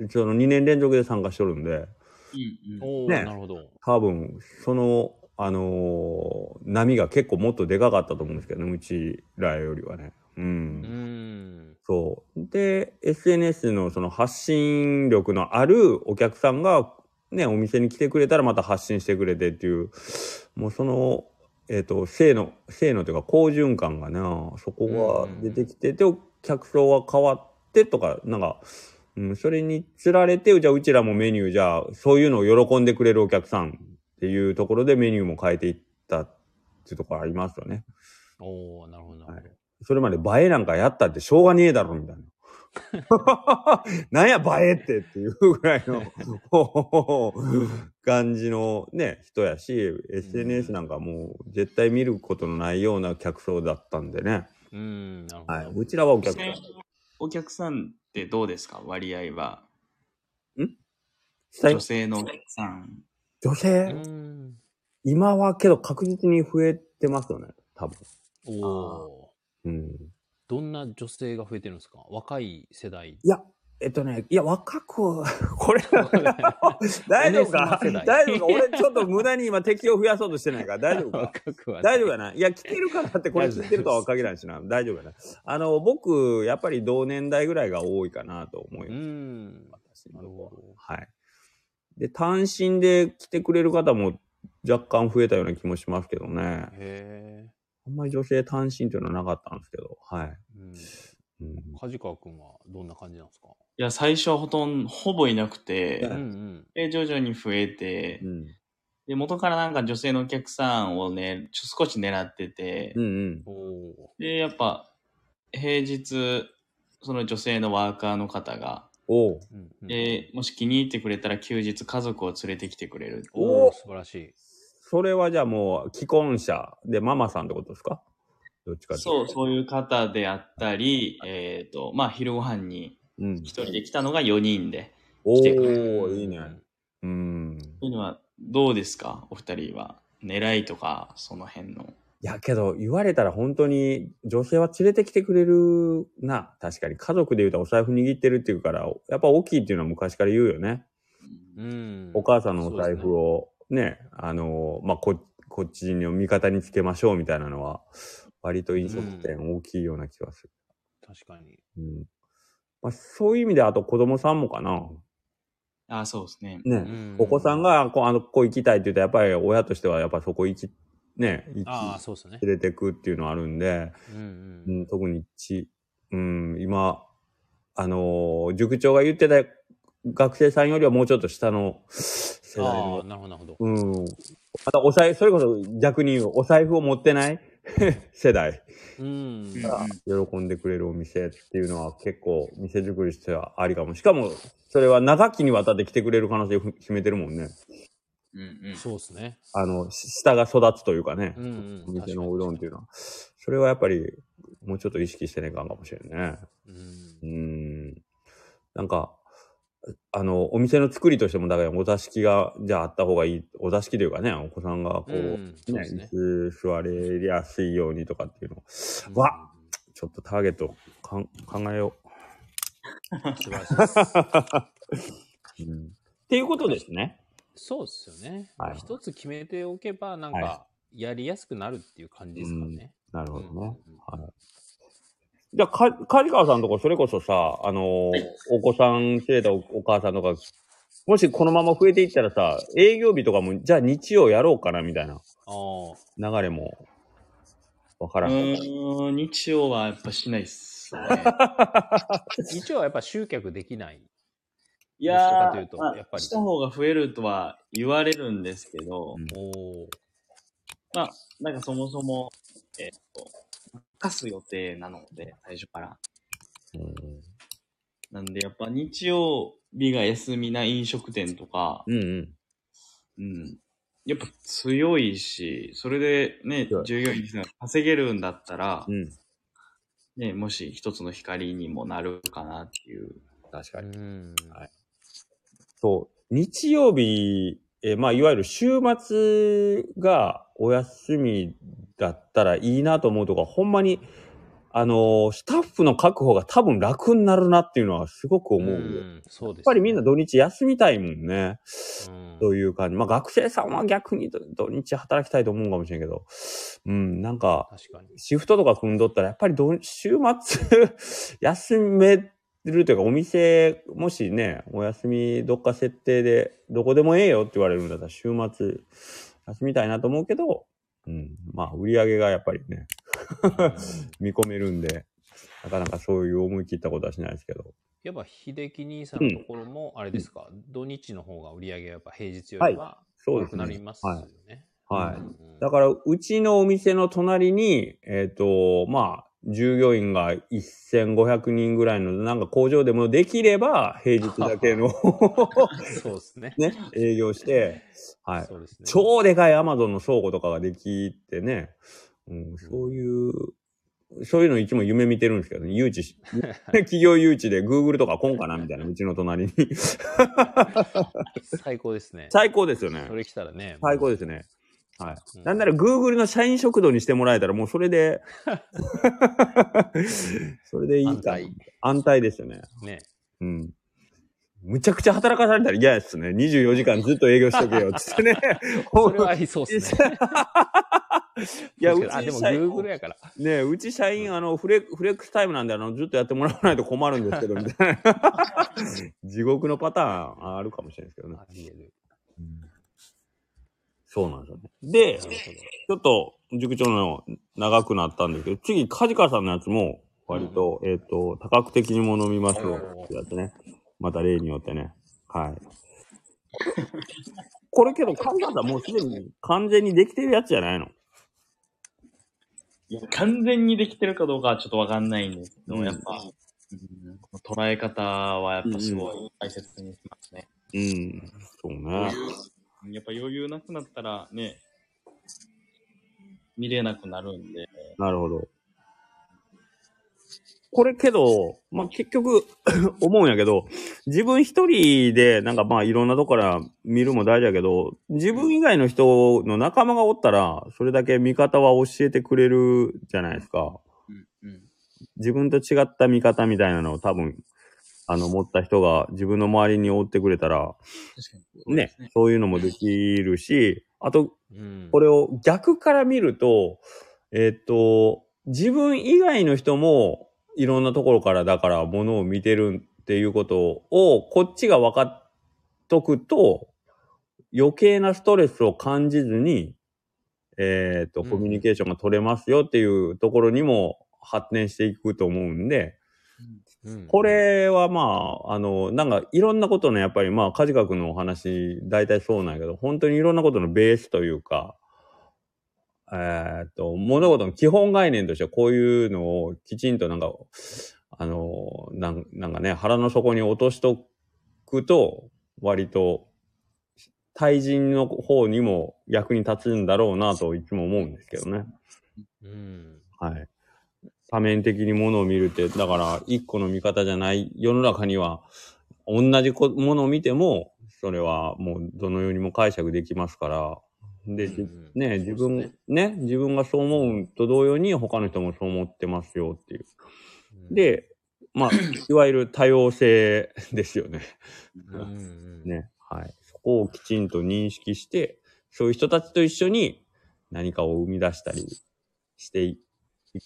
Speaker 1: その2年連続で参加しとるんで、
Speaker 3: うんうん。
Speaker 2: おー
Speaker 1: ね
Speaker 2: なるほど。
Speaker 1: 多分その、あのー波が結構もっとでかかったと思うんですけどねうちらよりはね。うん
Speaker 2: うん。
Speaker 1: そうで SNS のその発信力のあるお客さんが、ね、お店に来てくれたらまた発信してくれてっていうもうその、えー、と性の性のというか好循環がなそこが出てきてて、お客層が変わってとかなんか、うん、それにつられてじゃあうちらもメニューじゃあそういうのを喜んでくれるお客さんっていうところでメニューも変えていったっていうところありますよね。
Speaker 2: おおなるほど、なるほど。
Speaker 1: それまで映えなんかやったってしょうがねえだろ、みたいな。 なんや映えってっていうぐらいの ほほほほ感じのね、人やし、SNS なんかもう絶対見ることのないような客層だったんでね。
Speaker 2: うん、なるほど。
Speaker 1: はい。うちらはお客さん。
Speaker 3: お客さんってどうですか割合は。
Speaker 1: 最
Speaker 3: 女性のお客さん。
Speaker 1: 女性、
Speaker 2: うん。
Speaker 1: 今はけど確実に増えてますよね、多分。
Speaker 2: おおー
Speaker 1: うん。
Speaker 2: どんな女性が増えてるんですか若い 世代。
Speaker 1: いや、えっとね、いや、若く、 こ れ、大丈夫か
Speaker 2: お姉様世代
Speaker 1: 大丈夫か俺ちょっと無駄に今敵を増やそうとしてないから大丈夫か
Speaker 2: 若くはない
Speaker 1: 大丈夫やな。いや、聞けるからってこれ聞いてるとは限らん しな。大丈夫やな。あの、僕、やっぱり同年代ぐらいが多いかなと思いうます。
Speaker 2: ん。
Speaker 1: 私
Speaker 2: な
Speaker 1: の
Speaker 2: る
Speaker 1: とこ
Speaker 2: ほ
Speaker 1: ろはい。で、単身で来てくれる方も若干増えたような気もしますけどね
Speaker 2: ど。。へえ。
Speaker 1: あんまり女性単身というのはなかったんですけど、はい。
Speaker 2: うん。
Speaker 1: うん、
Speaker 2: 梶川君はどんな感じなんですか
Speaker 3: いや、最初はほとんど、ほぼいなくて、
Speaker 1: うん
Speaker 2: ん。
Speaker 3: で徐々に増えて
Speaker 1: う、ん
Speaker 3: で、元からなんか女性のお客さんをね、ちょ少し狙ってて、
Speaker 1: うんうん。
Speaker 2: おお
Speaker 3: で、やっぱ、平日、その女性のワーカーの方が、
Speaker 1: おう
Speaker 2: ー。うんうん
Speaker 3: で、もし気に入ってくれたら休日家族を連れてきてくれる。
Speaker 1: お
Speaker 2: お
Speaker 1: ー
Speaker 2: お素晴らしい。
Speaker 1: それはじゃあもう、既婚者でママさんってことですかどっちかってい
Speaker 3: そう、そういう方であったり、えっ、と、まあ、昼ご飯に
Speaker 1: う。うん
Speaker 3: 一。人で来たのが4人で。
Speaker 1: お
Speaker 3: 来てくれ
Speaker 1: ー、いいね。うん。
Speaker 3: というのは、どうですかお二人は。狙いとか、その辺の。
Speaker 1: いや、けど、言われたら本当に、女性は連れてきてくれるな。確かに。家族で言うとお財布握ってるっていうから、やっぱ大きいっていうのは昔から言うよね。
Speaker 2: うん。うん
Speaker 1: お母さんのお財布をね、あの、まあ、こ、こっちの味方につけましょうみたいなのは、割と飲食店大きいような気がする。
Speaker 2: 確かに。
Speaker 1: うん。まあ、そういう意味で、あと子供さんもかな。
Speaker 3: あ、そうですね。
Speaker 1: ね、
Speaker 2: うん
Speaker 1: お子さんがこう、あの、ここ行きたいって言うと、やっぱり親としては、やっぱそこ行き、ね、行
Speaker 2: ああ、
Speaker 1: き、
Speaker 2: そうですね。
Speaker 1: 連れてくっていうのはあるんで、
Speaker 2: うん
Speaker 1: う
Speaker 2: うん。
Speaker 1: ん、特にち、うん、今、あのー塾長が言ってた学生さんよりはもうちょっと下の世代
Speaker 2: ああ、
Speaker 1: の、
Speaker 2: なるほど、なるほど。
Speaker 1: うん。またお財、それこそ逆に言う、お財布を持ってない 世代
Speaker 2: うん。
Speaker 3: うん
Speaker 1: が喜んでくれるお店っていうのは結構店作りしてはありかも。しかも、それは長きにわたって来てくれる可能性を秘めてるもんね。
Speaker 3: うんうん。
Speaker 2: そうですね。
Speaker 1: あの、し下が育つというかね、
Speaker 2: うんうん
Speaker 1: お店のうどんっていうのは。それはやっぱり、もうちょっと意識してねえかんかもしれんね。
Speaker 2: うん
Speaker 1: うー。ん。なんか、あの、お店の作りとしても、だからお座敷が、じゃああった方がいい、お座敷というかね、お子さんがこう、
Speaker 2: うんそうです
Speaker 1: ね
Speaker 2: ね、
Speaker 1: 椅子座れやすいようにとかっていうのを、
Speaker 2: うん
Speaker 1: わちょっとターゲットかん考えよ
Speaker 2: 素晴らしいです。
Speaker 1: う。うんっていうことですね。
Speaker 2: そうっすよね
Speaker 1: はい。
Speaker 2: 一つ決めておけば、なん
Speaker 1: は
Speaker 2: か、やりやすくなるっていう感じですかね。
Speaker 1: なる
Speaker 2: う
Speaker 1: ほ
Speaker 2: ん
Speaker 1: ど
Speaker 2: うん
Speaker 1: ね。じゃあ、か、梶川さんとこ、それこそさ、あのーお子さん連れたおお母さんとか、もしこのまま増えていったらさ、営業日とかも、じゃあ日曜やろうかな、みたいな
Speaker 2: あ
Speaker 1: 流れも、わから。
Speaker 3: うんーん、日曜はやっぱしないっすね。
Speaker 2: あ。一応はやっぱ集客できない。
Speaker 3: いや
Speaker 2: ど
Speaker 3: ー
Speaker 2: ちらかというと
Speaker 3: まあ
Speaker 2: やっぱり
Speaker 3: した方が増えるとは言われるんですけど、
Speaker 1: うん
Speaker 2: おお。
Speaker 3: まあ、なんかそもそも、えっ、と、任す予定なので、最初から。なんで、やっぱ日曜日が休みな飲食店とか、
Speaker 1: うんうん。
Speaker 3: うん。やっぱ強いし、それでね
Speaker 1: 強い、
Speaker 3: 従業員の人が稼げるんだったら
Speaker 1: う、ん。
Speaker 3: ね、もし一つの光にもなるかなっていう。
Speaker 1: 確
Speaker 2: う
Speaker 1: かに。
Speaker 2: ん。
Speaker 1: はいそう。日曜日、えーまあ、いわゆる週末がお休みだったらいいなと思うとか、ほんまに、あのースタッフの確保が多分楽になるなっていうのはすごく思うよ。やっ
Speaker 2: んそうですね。やっ
Speaker 1: ぱりみんな土日休みたいもんね。
Speaker 2: うん
Speaker 1: という感じ。まあ学生さんは逆に土土日働きたいと思うかもしれんけど。うん、なんか、
Speaker 2: 確かに。
Speaker 1: シフトとか組んどったら、やっぱりど週末休めるというか、お店、もしね、お休みどっか設定で、どこでもええよって言われるんだったら、週末休みたいなと思うけど、うん、まあ、売り上げがやっぱりね、見込めるんで、なかなかそういう思い切ったことはしないですけど。
Speaker 2: やっぱ秀樹兄さんのところも、あれですか、土日の方が売り上げがやっぱ平日よりは
Speaker 1: そう
Speaker 2: 多
Speaker 1: です
Speaker 2: く
Speaker 1: ね。
Speaker 2: なります
Speaker 1: は
Speaker 2: よ
Speaker 1: い。
Speaker 2: ね。
Speaker 1: はい。
Speaker 2: うん
Speaker 1: だから、うちのお店の隣に、えっ、と、まあ、従業員が1500人ぐらいの、なんか工場でもできれば、平日だけの、
Speaker 2: そうですね。
Speaker 1: ね、営業して、はい。
Speaker 2: そうですね。
Speaker 1: 超でかいアマゾンの倉庫とかができてね、うん、そういう、そういうのいつも夢見てるんですけどね、誘致し、企業誘致で Google とか来んかなみたいな、うちの隣に。
Speaker 2: 最高ですね。
Speaker 1: 最高ですよね
Speaker 2: そ。れ来たらね。
Speaker 1: 最高ですね。はい。
Speaker 2: うん
Speaker 1: なんなら Google の社員食堂にしてもらえたらもうそれ で、それでいい
Speaker 2: 安
Speaker 1: か。
Speaker 2: 泰
Speaker 1: 安泰ですよね。
Speaker 2: ね。
Speaker 1: うん。むちゃくちゃ働かされたら嫌ですね。24時間ずっと営業しとけよ。つってね。
Speaker 2: それはありそうですね。
Speaker 1: いや、う
Speaker 2: 確
Speaker 1: ち
Speaker 2: かにあ、でも
Speaker 1: 社員
Speaker 2: Google やから。
Speaker 1: ねうち社員、あの、フレ、フレックスタイムなんで、あの、ずっとやってもらわないと困るんですけ ど、みたいな。地獄のパターンあるかもしれないですけどね。
Speaker 2: あり得る
Speaker 1: そうなんですよね。で、
Speaker 2: なるほど。
Speaker 1: ちょっと、塾長の長くなったんですけど、次、梶川さんのやつも、割と、えっ、と、多角的にも飲みますよってやつね。また例によってね。はい。これけど、神楽さんもうすでに完全にできてるやつじゃないの
Speaker 3: いや、完全にできてるかどうかはちょっとわかんないんですけど、
Speaker 1: うん
Speaker 3: やっぱ、うんこの捉え方はやっぱすごい大切にしますね。
Speaker 1: うん。そうね。
Speaker 3: やっぱ余裕なくなったらね、見れなくなるんで、
Speaker 1: なるほど。これけど、まあ、結局、 思うんやけど、自分一人で、なんかまあいろんなとこから見るも大事やけど、自分以外の人の仲間がおったら、それだけ見方は教えてくれるじゃないですか。
Speaker 3: うんうん、
Speaker 1: 自分と違った見方みたいなのを多分、あの、持った人が自分の周りに追ってくれたら、
Speaker 3: 確かにそうで
Speaker 1: ね
Speaker 3: すね。、
Speaker 1: そういうのもできるし、あと、
Speaker 2: うん。
Speaker 1: これを逆から見ると、えっと、自分以外の人もいろんなところからだからものを見てるっていうことをこっちが分かっとくと余計なストレスを感じずに、えっと、
Speaker 2: うん
Speaker 1: コミュニケーションが取れますよっていうところにも発展していくと思うんで、
Speaker 2: うん
Speaker 1: こ、れはまあ、あの、なんかいろんなことのやっぱりまあ、カジカ君のお話、大体そうなんやけど、本当にいろんなことのベースというか、えーっと、物事の基本概念としてこういうのをきちんとなんか、あの、なんなんかね、腹の底に落としとくと、割と、対人の方にも役に立つんだろうなといつも思うんですけどね。
Speaker 2: うん。
Speaker 1: はい。多面的にものを見るって、だから、一個の見方じゃない、世の中には、同じこものを見ても、それはもうどのようにも解釈できますから、で、じ
Speaker 2: うんうん
Speaker 1: ね、自
Speaker 2: そう
Speaker 1: 分
Speaker 2: ですね
Speaker 1: ね、自分がそう思うと同様に、他の人もそう思ってますよっていう。
Speaker 2: うん、
Speaker 1: で、 まあ、いわゆる多様性ですよね。
Speaker 2: うんうん、
Speaker 1: ね、はい。そこをきちんと認識して、そういう人たちと一緒に何かを生み出したりしていいっ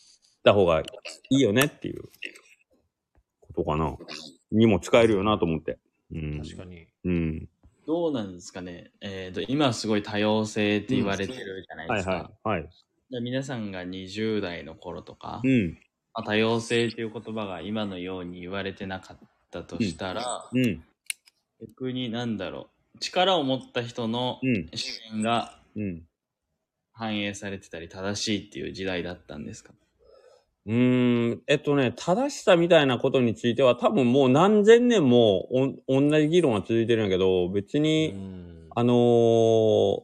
Speaker 1: た方がいいよねっていうことかな。にも使えるよなと思って。うん。
Speaker 2: 確かに。
Speaker 1: に。うん。
Speaker 3: どうなんですかね。えっ、と、今すごい多様性って言われてるじゃない
Speaker 1: は
Speaker 3: で
Speaker 1: い
Speaker 3: すか。
Speaker 1: はい。はい。
Speaker 3: で皆さんが20代の頃とか、
Speaker 1: うん。
Speaker 3: まあ、多様性っていう言葉が今のように言われてなかったとしたら、
Speaker 1: うん。
Speaker 3: 逆に何だろう。力を持った人の
Speaker 1: うん。
Speaker 3: 視点が
Speaker 1: うん。
Speaker 3: 反映されてたり正しいっていう時代だったんですか
Speaker 1: うーん、えっとね、正しさみたいなことについては、多分もう何千年もおん同じ議論が続いてるんやけど、別に、
Speaker 2: うん
Speaker 1: あのー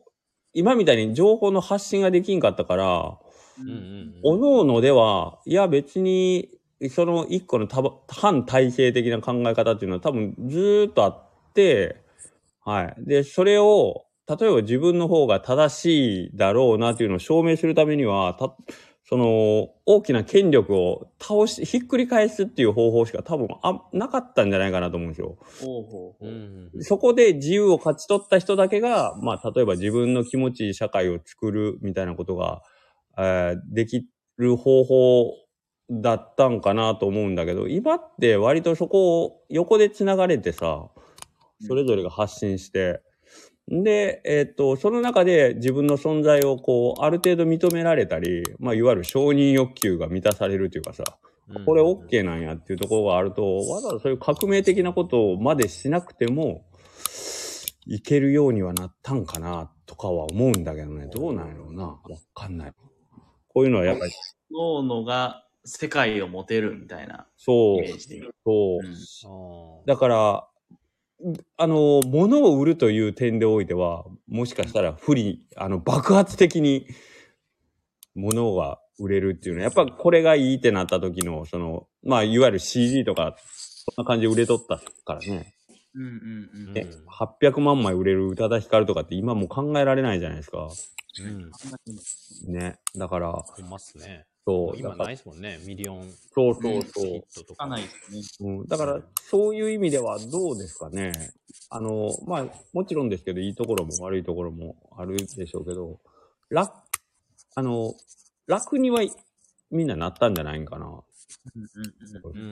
Speaker 1: 今みたいに情報の発信ができんかったから、
Speaker 3: う
Speaker 2: うんうん
Speaker 1: 各々では、いや別に、その一個の多分反体制的な考え方っていうのは多分ずーっとあって、はい。で、それを、例えば自分の方が正しいだろうなっていうのを証明するためには、たその、大きな権力を倒し、ひっくり返すっていう方法しか多分あなかったんじゃないかなと思うんですよ。
Speaker 3: ほうほう
Speaker 2: うんう
Speaker 3: ほう。
Speaker 2: ん
Speaker 1: そこで自由を勝ち取った人だけが、まあ、例えば自分の気持ちいい社会を作るみたいなことが、えーできる方法だったんかなと思うんだけど、今って割とそこを横で繋がれてさ、それぞれが発信して、で、えっと、その中で自分の存在をこう、ある程度認められたり、まあ、いわゆる承認欲求が満たされるというかさ、
Speaker 2: うん
Speaker 1: これ OK なんやっていうところがあると、わざわざそういう革命的なことまでしなくても、いけるようにはなったんかな、とかは思うんだけどね。どうなんやろうな。わかんない。こういうのはやっぱり、
Speaker 3: 脳のが世界を持てるみたいなイ
Speaker 1: そう
Speaker 3: メ、ージで言う
Speaker 1: そうう。
Speaker 3: ん
Speaker 2: あー
Speaker 1: だから、あの、物を売るという点でおいては、もしかしたら不利、あの、爆発的に物が売れるっていうのは、やっぱこれがいいってなった時の、その、まあ、いわゆる CD とか、そんな感じで売れとったからね。
Speaker 3: うんうんうん。
Speaker 2: ね
Speaker 1: ね800万枚売れる宇多田ヒカルとかって今もう考えられないじゃないですか。
Speaker 2: うん、
Speaker 1: ね。だから、
Speaker 2: ほんまっすね。
Speaker 1: そう、
Speaker 2: 今
Speaker 1: だか
Speaker 2: ない
Speaker 1: ら
Speaker 2: ですもんね、ミリオン
Speaker 1: そうそう
Speaker 2: ヒ
Speaker 1: そう
Speaker 2: ッ。トと
Speaker 3: つか
Speaker 2: か。
Speaker 3: ないですね。
Speaker 1: うん、だから、そういう意味ではどうですかね。あの、まあ、もちろんですけど、いいところも悪いところもあるでしょうけど、楽、あの、楽にはいみんななったんじゃないんかな。
Speaker 3: うんうんうん。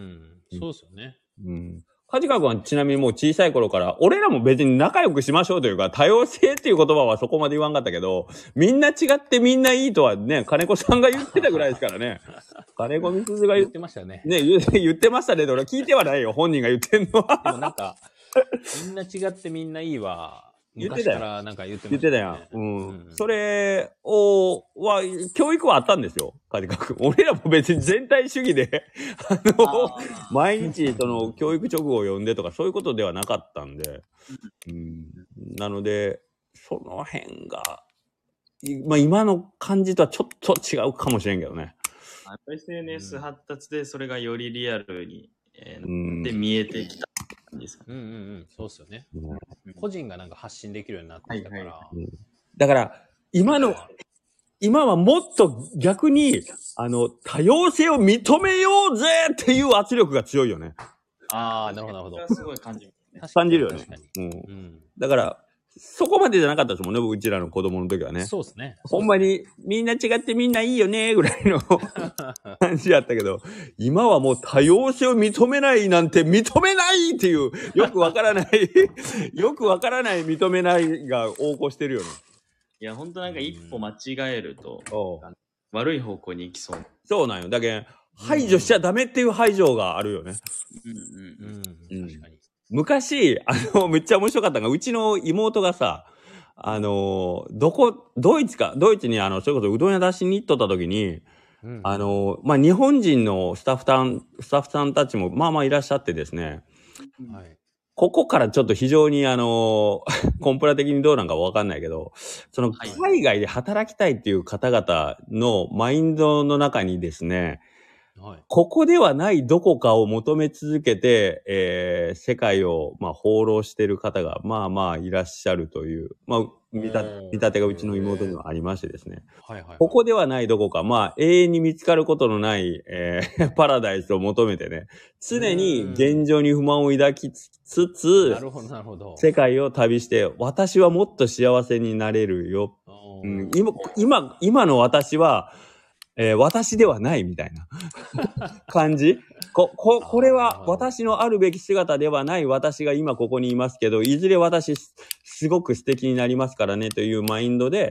Speaker 2: うん、そうですよね。
Speaker 1: うん。カジカ君はちなみにもう小さい頃から、俺らも別に仲良くしましょうというか、多様性っていう言葉はそこまで言わんかったけど、みんな違ってみんないいとはね、金子さんが言ってたぐらいですからね。 金子みすずが
Speaker 2: 言
Speaker 1: 言っ
Speaker 2: っ
Speaker 1: て、
Speaker 2: てましたね。
Speaker 1: ね、言って 言ってましたね。俺は聞いてはないよ。本人が言ってんのは。
Speaker 2: でもなんか、みんな違ってみんないいは、
Speaker 1: 言ってたよ
Speaker 2: 昔からなんか言ってま
Speaker 1: 言っ
Speaker 2: した
Speaker 1: て
Speaker 2: よ
Speaker 1: たやん。う
Speaker 2: ね、
Speaker 1: ん。
Speaker 2: うん
Speaker 1: それを、は、教育はあったんですよ。カジカ君。俺らも別に全体主義で、あの、毎日、その、教育直後を読んでとか、そういうことではなかったんで、うん。なので、その辺が、いまあ今の感じとはちょっと違うかもしれんけどね。
Speaker 3: やっぱ SNS 発達でそれがよりリアルに、えー
Speaker 1: うん。
Speaker 3: で見えてきた感じですかね。
Speaker 2: うんうんうん、そうっすよね。
Speaker 1: うん
Speaker 2: 個人がなんか発信できるようになってきたから。
Speaker 3: はい
Speaker 1: だから、今の、今はもっと逆に、あの、多様性を認めようぜっていう圧力が強いよね。
Speaker 2: ああ、なるほど、なるほ
Speaker 3: それ
Speaker 2: ど
Speaker 3: は。すごい感じますね。
Speaker 2: 確か
Speaker 1: 感
Speaker 2: に
Speaker 1: じるよね
Speaker 2: 確かに。
Speaker 1: うん。
Speaker 2: うん。
Speaker 1: だから、そこまでじゃなかったですもんね、うちらの子供の時はね。
Speaker 2: そうですね。
Speaker 1: ほんまに、みんな違ってみんないいよね、ぐらいの感じやったけど、今はもう多様性を認めないなんて認めないっていう、よくわからない、よくわからない認めないが横行してるよね。
Speaker 3: いや、本当なんか一歩間違えると
Speaker 1: おう
Speaker 3: 悪い方向に行きそう。
Speaker 1: そうなんよ。だけん、排除しちゃダメっていう排除があるよね。
Speaker 3: うん
Speaker 2: う
Speaker 3: うん
Speaker 2: ん、
Speaker 1: うん
Speaker 2: 確かに。
Speaker 1: 昔、あの、めっちゃ面白かったのが、うちの妹がさ、あの、どこ、ドイツか、ドイツにあの、それこそうどん屋出しに行っとった時に、
Speaker 2: うん
Speaker 1: あの、まあ、日本人のスタッフさん、スタッフさんたちも、まあまあいらっしゃってですね、
Speaker 2: はい。
Speaker 1: ここからちょっと非常にあの、 コンプラ的にどうなんかわかんないけど、その
Speaker 3: はい
Speaker 1: 海外で働きたいっていう方々のマインドの中にですね、
Speaker 2: はい。
Speaker 1: ここではないどこかを求め続けて、えー世界を、まあ、放浪してる方が、まあまあいらっしゃるという、まあ、見立
Speaker 2: うん
Speaker 1: 見立てがうちの妹にはありましてですね。
Speaker 2: はいはい。
Speaker 1: ここではないどこか、まあ、永遠に見つかることのない、えー パラダイスを求めてね、常に現状に不満を抱きつつ
Speaker 2: な、るほど、なるほど。
Speaker 1: 世界を旅して、私はもっと幸せになれるよ。
Speaker 2: お
Speaker 1: う
Speaker 2: ー
Speaker 1: ん、今、今、今の私は、えー私ではないみたいな感じこ、こ、これは私のあるべき姿ではない私が今ここにいますけど、いずれ私す、すごく素敵になりますからねというマインドで、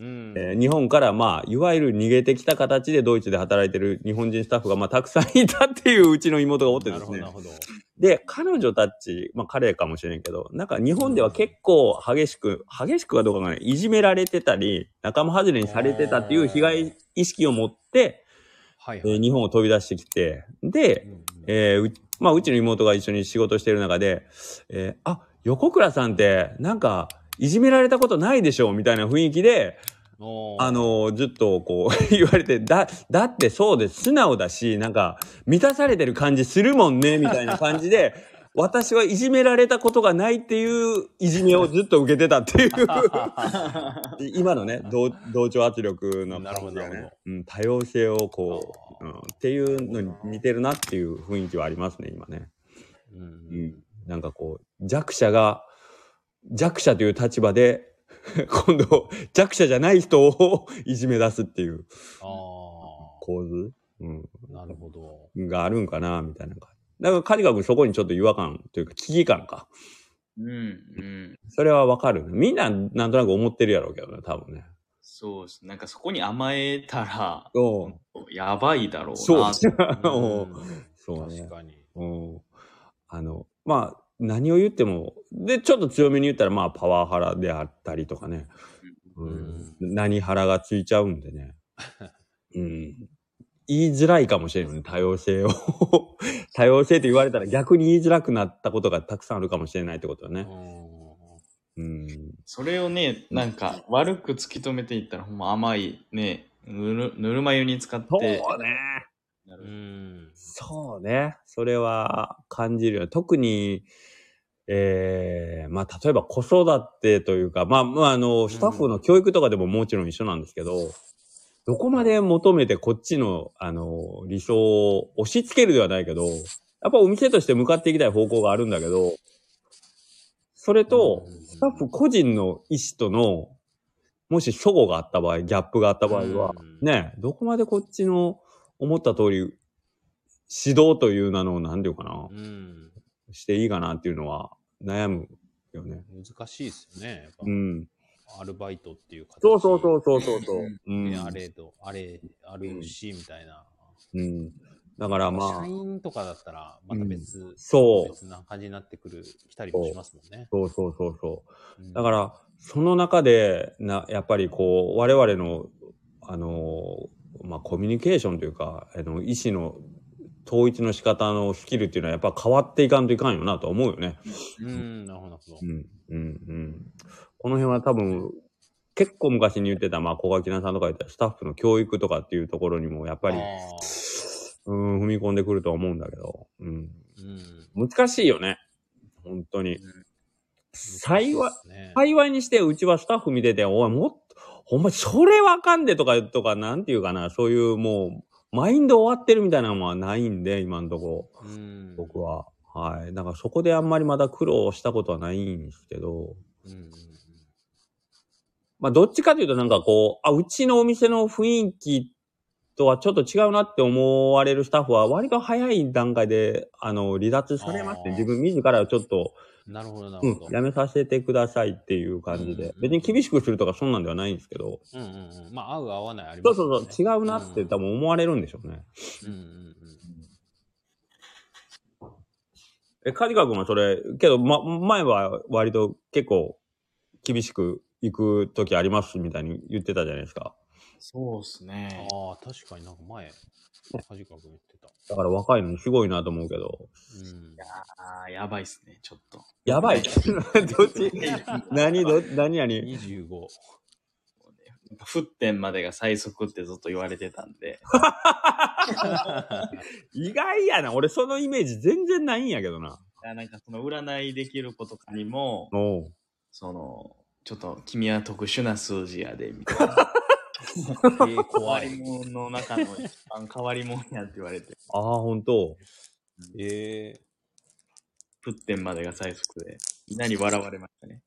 Speaker 2: うん。
Speaker 1: えー日本からまあ、いわゆる逃げてきた形でドイツで働いてる日本人スタッフがまあ、たくさんいたっていううちの妹がおって
Speaker 2: な
Speaker 1: です
Speaker 2: るほど、
Speaker 1: ね
Speaker 2: なる。ほど。
Speaker 1: で、彼女たち、まあ彼かもしれんけど、なんか日本では結構激しく、激しくはどうかがない、いじめられてたり、仲間外れにされてたっていう被害意識を持って、
Speaker 2: はい
Speaker 1: え
Speaker 2: はい。
Speaker 1: ー日本を飛び出してきて、で
Speaker 2: う、んうん
Speaker 1: えーうまあうちの妹が一緒に仕事してる中で、えーあ、横倉さんって、なんか、いじめられたことないでしょみたいな雰囲気で、
Speaker 2: おー
Speaker 1: あの、ずっとこう 言われて、だ、だってそうです。素直だし、なんか、満たされてる感じするもんね、みたいな感じ で、私はいじめられたことがないっていういじめをずっと受けてた っていう、今のね、同同調圧力の
Speaker 2: なるほ
Speaker 1: 感
Speaker 2: ど
Speaker 1: じが
Speaker 2: なる
Speaker 1: ね
Speaker 2: ほ、
Speaker 1: うん、多様性をこう、うん、っていうのに似てるなっていう雰囲気はありますね、今ね。
Speaker 2: うん
Speaker 1: う
Speaker 2: うん
Speaker 1: ん、なんかこう、弱者が、弱者という立場で、 今度、弱者じゃない人をいじめ出すっていう。
Speaker 2: あ
Speaker 1: 構図、うん、
Speaker 2: あ、なる ほど。
Speaker 1: があるんかな、みたいな感じ。だから、カジカ君そこにちょっと違和感というか、危機感か。
Speaker 3: うんうん。
Speaker 1: それはわかる。みんな、なんとなく思ってるやろうけどね、多分ね。
Speaker 3: そうです。なんかそこに甘えたら、
Speaker 1: そ
Speaker 3: やばいだろうな。
Speaker 1: そう
Speaker 2: う
Speaker 1: うんん。そうね
Speaker 2: 確。かに。
Speaker 1: うん。あの、まあ、何を言っても、で、ちょっと強めに言ったら、まあ、パワハラであったりとかね。うん。何ハラがついちゃうんで ね。うん。言いづらいかもしれないね、多様性を。 多様性って言われたら逆に言いづらくなったことがたくさんあるかもしれないってことだね。
Speaker 2: う
Speaker 1: うん。
Speaker 3: それをね、なんか悪く突き止めていったら、ほんま甘いね、ぬるぬるま湯に使っ
Speaker 1: そう
Speaker 3: て、
Speaker 1: ね。
Speaker 3: なる
Speaker 2: ん。
Speaker 1: そうね。それは感じるよ。特に、えー、まあ、例えば子育てというか、まあ、まあ、あの、スタッフの教育とかでももちろん一緒なんですけど、どこまで求めてこっちの、あの、理想を押し付けるではないけど、やっぱお店として向かっていきたい方向があるんだけど、それと
Speaker 2: うん、
Speaker 1: スタッフ個人の意思との、もし齟齬があった場合、ギャップがあった場合は、
Speaker 2: うん
Speaker 1: ねえ、どこまでこっちの思った通り、指導という名の、なんていうかな
Speaker 2: う、ん。
Speaker 1: していいかなっていうのは悩むよね。
Speaker 2: 難しいですよね。やっぱ
Speaker 1: うん。
Speaker 2: アルバイトっていう形
Speaker 1: そうそうそうそうそうそう。う
Speaker 2: で
Speaker 1: ん。
Speaker 2: あれと、あれ、あるし、みたいな。
Speaker 1: うん。だからま
Speaker 2: 社
Speaker 1: あ、
Speaker 2: 員とかだったら、また別、
Speaker 1: そう
Speaker 2: 別な感じになってくる、来たりもしますもんね。
Speaker 1: そうそうそうそう。
Speaker 2: うん
Speaker 1: だから、その中で、な、やっぱりこう、我々の、あのー、まあ、コミュニケーションというか、あの、意思の統一の仕方のスキルっていうのはやっぱ変わっていかんといかんよなと思うよね。
Speaker 2: うん、なるほど、なるほど
Speaker 1: う。ん、うん、うん。この辺は多分、結構昔に言ってた、まあ、小垣菜さんとか言ったスタッフの教育とかっていうところにも、やっぱり、
Speaker 2: あ
Speaker 1: うん、踏み込んでくるとは思うんだけど、うん。
Speaker 2: ーうん。
Speaker 1: 難しいよね。本当に。幸い、
Speaker 2: そうですね
Speaker 1: 幸いにして、うちはスタッフ見てて、おい、もっと、ほんま、それわかんでとか、とか、なんていうかな、そういうもう、マインド終わってるみたいなのはないんで、今のところ、
Speaker 2: うん。
Speaker 1: 僕は。はい。だからそこであんまりまだ苦労したことはないんですけど、
Speaker 2: うん。うん。
Speaker 1: まあ、どっちかというとなんかこう、あ、うちのお店の雰囲気とはちょっと違うなって思われるスタッフは、割と早い段階で、あの、離脱されまして、
Speaker 2: あー
Speaker 1: 自分自らちょっと、
Speaker 2: なるほど、な
Speaker 1: う
Speaker 2: る
Speaker 1: ん
Speaker 2: ほど。、
Speaker 1: やめさせてくださいっていう感じ
Speaker 2: うん
Speaker 1: で、別に厳しくするとかそんなんではないんですけど、
Speaker 2: うんうんうん。まあ、合う合わないあ
Speaker 1: そ
Speaker 2: りま
Speaker 1: う
Speaker 2: すよ
Speaker 1: そ
Speaker 2: ね
Speaker 1: うそう、違うなって多分思われるんでしょうね。
Speaker 2: うんうんうんうん。
Speaker 1: え、カジカ君はそれ、けど、ま、前は割と結構厳しく行く時ありますみたいに言ってたじゃないですか。
Speaker 3: そうですね。
Speaker 2: ああ、確かになんか前、梶川君言ってた。
Speaker 1: だから若いのにすごいなと思うけど。
Speaker 2: うん。
Speaker 3: ああ、やばいっすね、ちょっと。
Speaker 1: やばい。 どっち 何ど、何何
Speaker 2: 25。
Speaker 3: なんか沸点までが最速ってずっと言われてたんで。
Speaker 1: 意外やな。俺そのイメージ全然ないんやけどな。
Speaker 3: あなんかその占いできる子とかにも、
Speaker 1: おう
Speaker 3: その、ちょっと君は特殊な数字やで、みたいな。
Speaker 2: えー、
Speaker 3: 変わ
Speaker 2: 怖
Speaker 3: り
Speaker 2: い。
Speaker 3: 者の中の一番変わり者やって言われて、
Speaker 1: ああ、ほん と。
Speaker 2: えー、
Speaker 3: 沸点までが最速で、みんなに笑われましたね。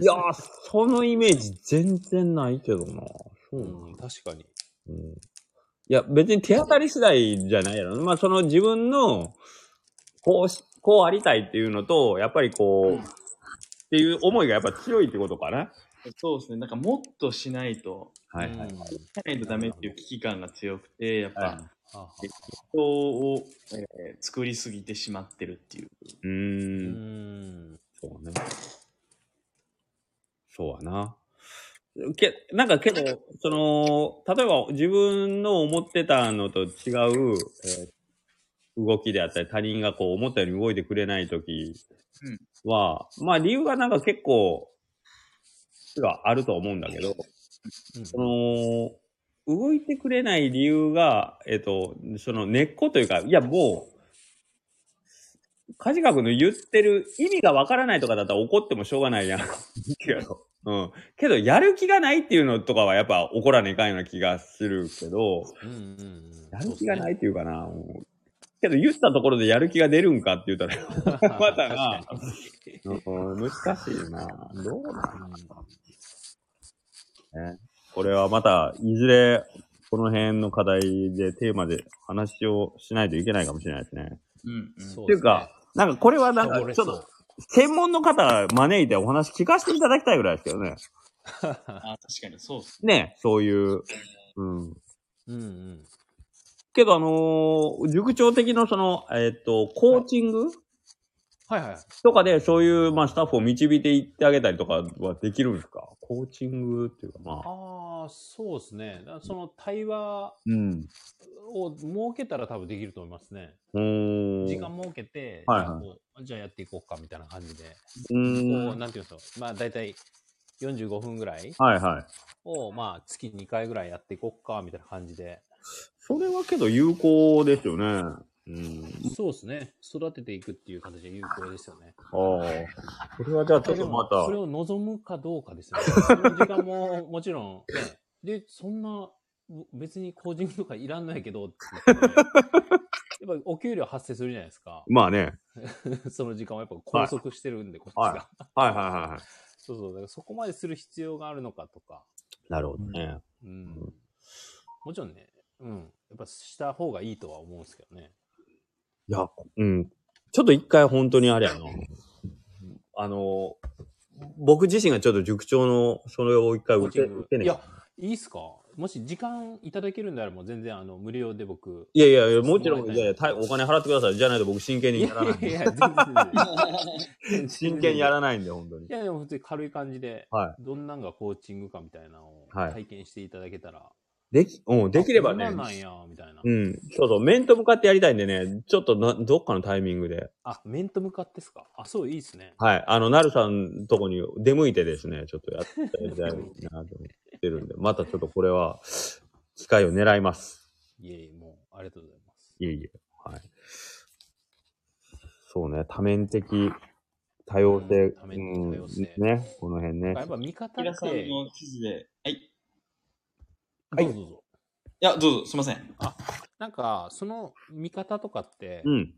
Speaker 1: いやー、そのイメージ全然ないけどな。そうなん
Speaker 2: うん、確かに。
Speaker 1: うんいや、別に手当たり次第じゃないやろ。まあ、その自分の、こうし、こうありたいっていうのと、やっぱりこう、
Speaker 3: うん
Speaker 1: っていう思いがやっぱ強いってことかな。
Speaker 3: そうですね。なんかもっとしないと、
Speaker 1: はい
Speaker 2: うん
Speaker 1: はい。
Speaker 2: は
Speaker 3: しないとダメっていう危機感が強くて、やっ
Speaker 1: はい
Speaker 3: ぱ
Speaker 2: あはあ
Speaker 3: 人を、えー作りすぎてしまってるってい
Speaker 1: う
Speaker 3: う。
Speaker 2: う
Speaker 1: ーん。
Speaker 2: ん。
Speaker 1: そうね。そうやな。け、なんかけど、その、例えば自分の思ってたのと違う、えー動きであったり、他人がこう思ったように動いてくれないときは、まあ理由がなんか結構、があると思うんだけど、その、動いてくれない理由が、えっと、その根っこというか、いやもう、カジカ君の言ってる意味がわからないとかだったら怒ってもしょうがないやん。けど、うん。けど、やる気がないっていうのとかはやっぱ怒らねえかんような気がするけど、
Speaker 2: うんうんうん。。
Speaker 1: やる気がないいっていうかな。うんけど、言ったところでやる気が出るんかって言ったら、 またな
Speaker 2: 確かに
Speaker 1: うん難しいな。どうな
Speaker 2: うん
Speaker 1: これはまた、いずれ、この辺の課題でテーマで話をしないといけないかもしれないですね。
Speaker 3: うん、うん。
Speaker 2: そ
Speaker 1: っ
Speaker 2: う
Speaker 1: てい
Speaker 2: で
Speaker 1: う
Speaker 2: すね
Speaker 1: か、なんかこれはなんか、
Speaker 2: 人折れ
Speaker 1: ちょ
Speaker 2: そ
Speaker 1: っ
Speaker 2: う
Speaker 1: と、専門の方招いてお話聞かせていただきたいぐらいですけどね。
Speaker 3: あ確かにそうっす
Speaker 1: ね、そういう。うん。
Speaker 2: うんうん。
Speaker 1: けどあのー塾長的のその、えっと、コーチング
Speaker 2: はいはい。
Speaker 1: とかで、そういう、まあ、スタッフを導いていってあげたりとかはできるんですかコーチングっていうか、まあ。
Speaker 2: ああ、そうですね。だその対話
Speaker 1: うん。
Speaker 2: を設けたら多分できると思いますね。
Speaker 1: うーん。
Speaker 2: 時間設けて、
Speaker 1: はいはい
Speaker 2: じゃあこうじゃあやっていこうかみたいな感じで、
Speaker 1: うー。
Speaker 2: こうんなんていうんですか、まあ大体45分ぐらい
Speaker 1: はいはい。
Speaker 2: を、まあ月2回ぐらいやっていこうかみたいな感じで、
Speaker 1: それはけど有効ですよね。うん。
Speaker 2: そうですね、育てていくっていう形で有効ですよね。
Speaker 1: ああ。それはじゃあちょっとまた。
Speaker 2: それを望むかどうかですよね。その時間 ももちろん、ね、で、そんな、別にコーチングとかいらんないけどって言って、やっぱお給料発生するじゃないですか。
Speaker 1: まあね。
Speaker 2: その時間をやっぱ拘束してるんで、こっちが。
Speaker 1: ははいはいはいは
Speaker 2: そうそう。だからそこまでする必要があるのかとか。
Speaker 1: い。なるほどね。
Speaker 2: うん。もちろんね、うん。やっぱした方がいいとは思うんですけどね。
Speaker 1: いや、うん。ちょっと一回本当にあれやな。あの、僕自身がちょっと塾長のそれを一回受け、受けね
Speaker 2: いや、いいっすかもし時間いただけるんであれば、全然あの無料で僕。
Speaker 1: いやいやいや、もちろん、いやいや、たお金払ってください。じゃないと僕 真剣にやらないんで。
Speaker 2: いやいや、全然全然。
Speaker 1: 真剣にやらないんで、本当に
Speaker 2: い。やでも普通に軽い感じで、
Speaker 1: は
Speaker 2: どんなんがコーチングかみたいなのを
Speaker 1: はい
Speaker 2: 体験していただけたら、
Speaker 1: でき、うん、できればね
Speaker 2: こん。なんなんや、みたいな。
Speaker 1: うん。そうそう、面と向かってやりたいんでね、ちょっとなどっかのタイミングで。
Speaker 2: あ、面と向かってですかあ、そう、いいですね。
Speaker 1: はい。あの、なるさんのとこに出向いてですね、ちょっとやってみたいなと思ってるんで、またちょっとこれは、機会を狙います。
Speaker 2: いえいえ、もう、ありがとうございます。
Speaker 1: いえいえ。はい。そうね、多面的多様性。
Speaker 2: うん多面的多様性
Speaker 1: うんね、この辺ね
Speaker 2: や。っぱ味方
Speaker 3: 平
Speaker 2: っ
Speaker 3: さん
Speaker 2: て、
Speaker 3: の記事で、はい。い
Speaker 2: どうぞどうぞ。
Speaker 3: や、どうぞ、すいません。
Speaker 2: なんか、その見方とかって、
Speaker 1: うん。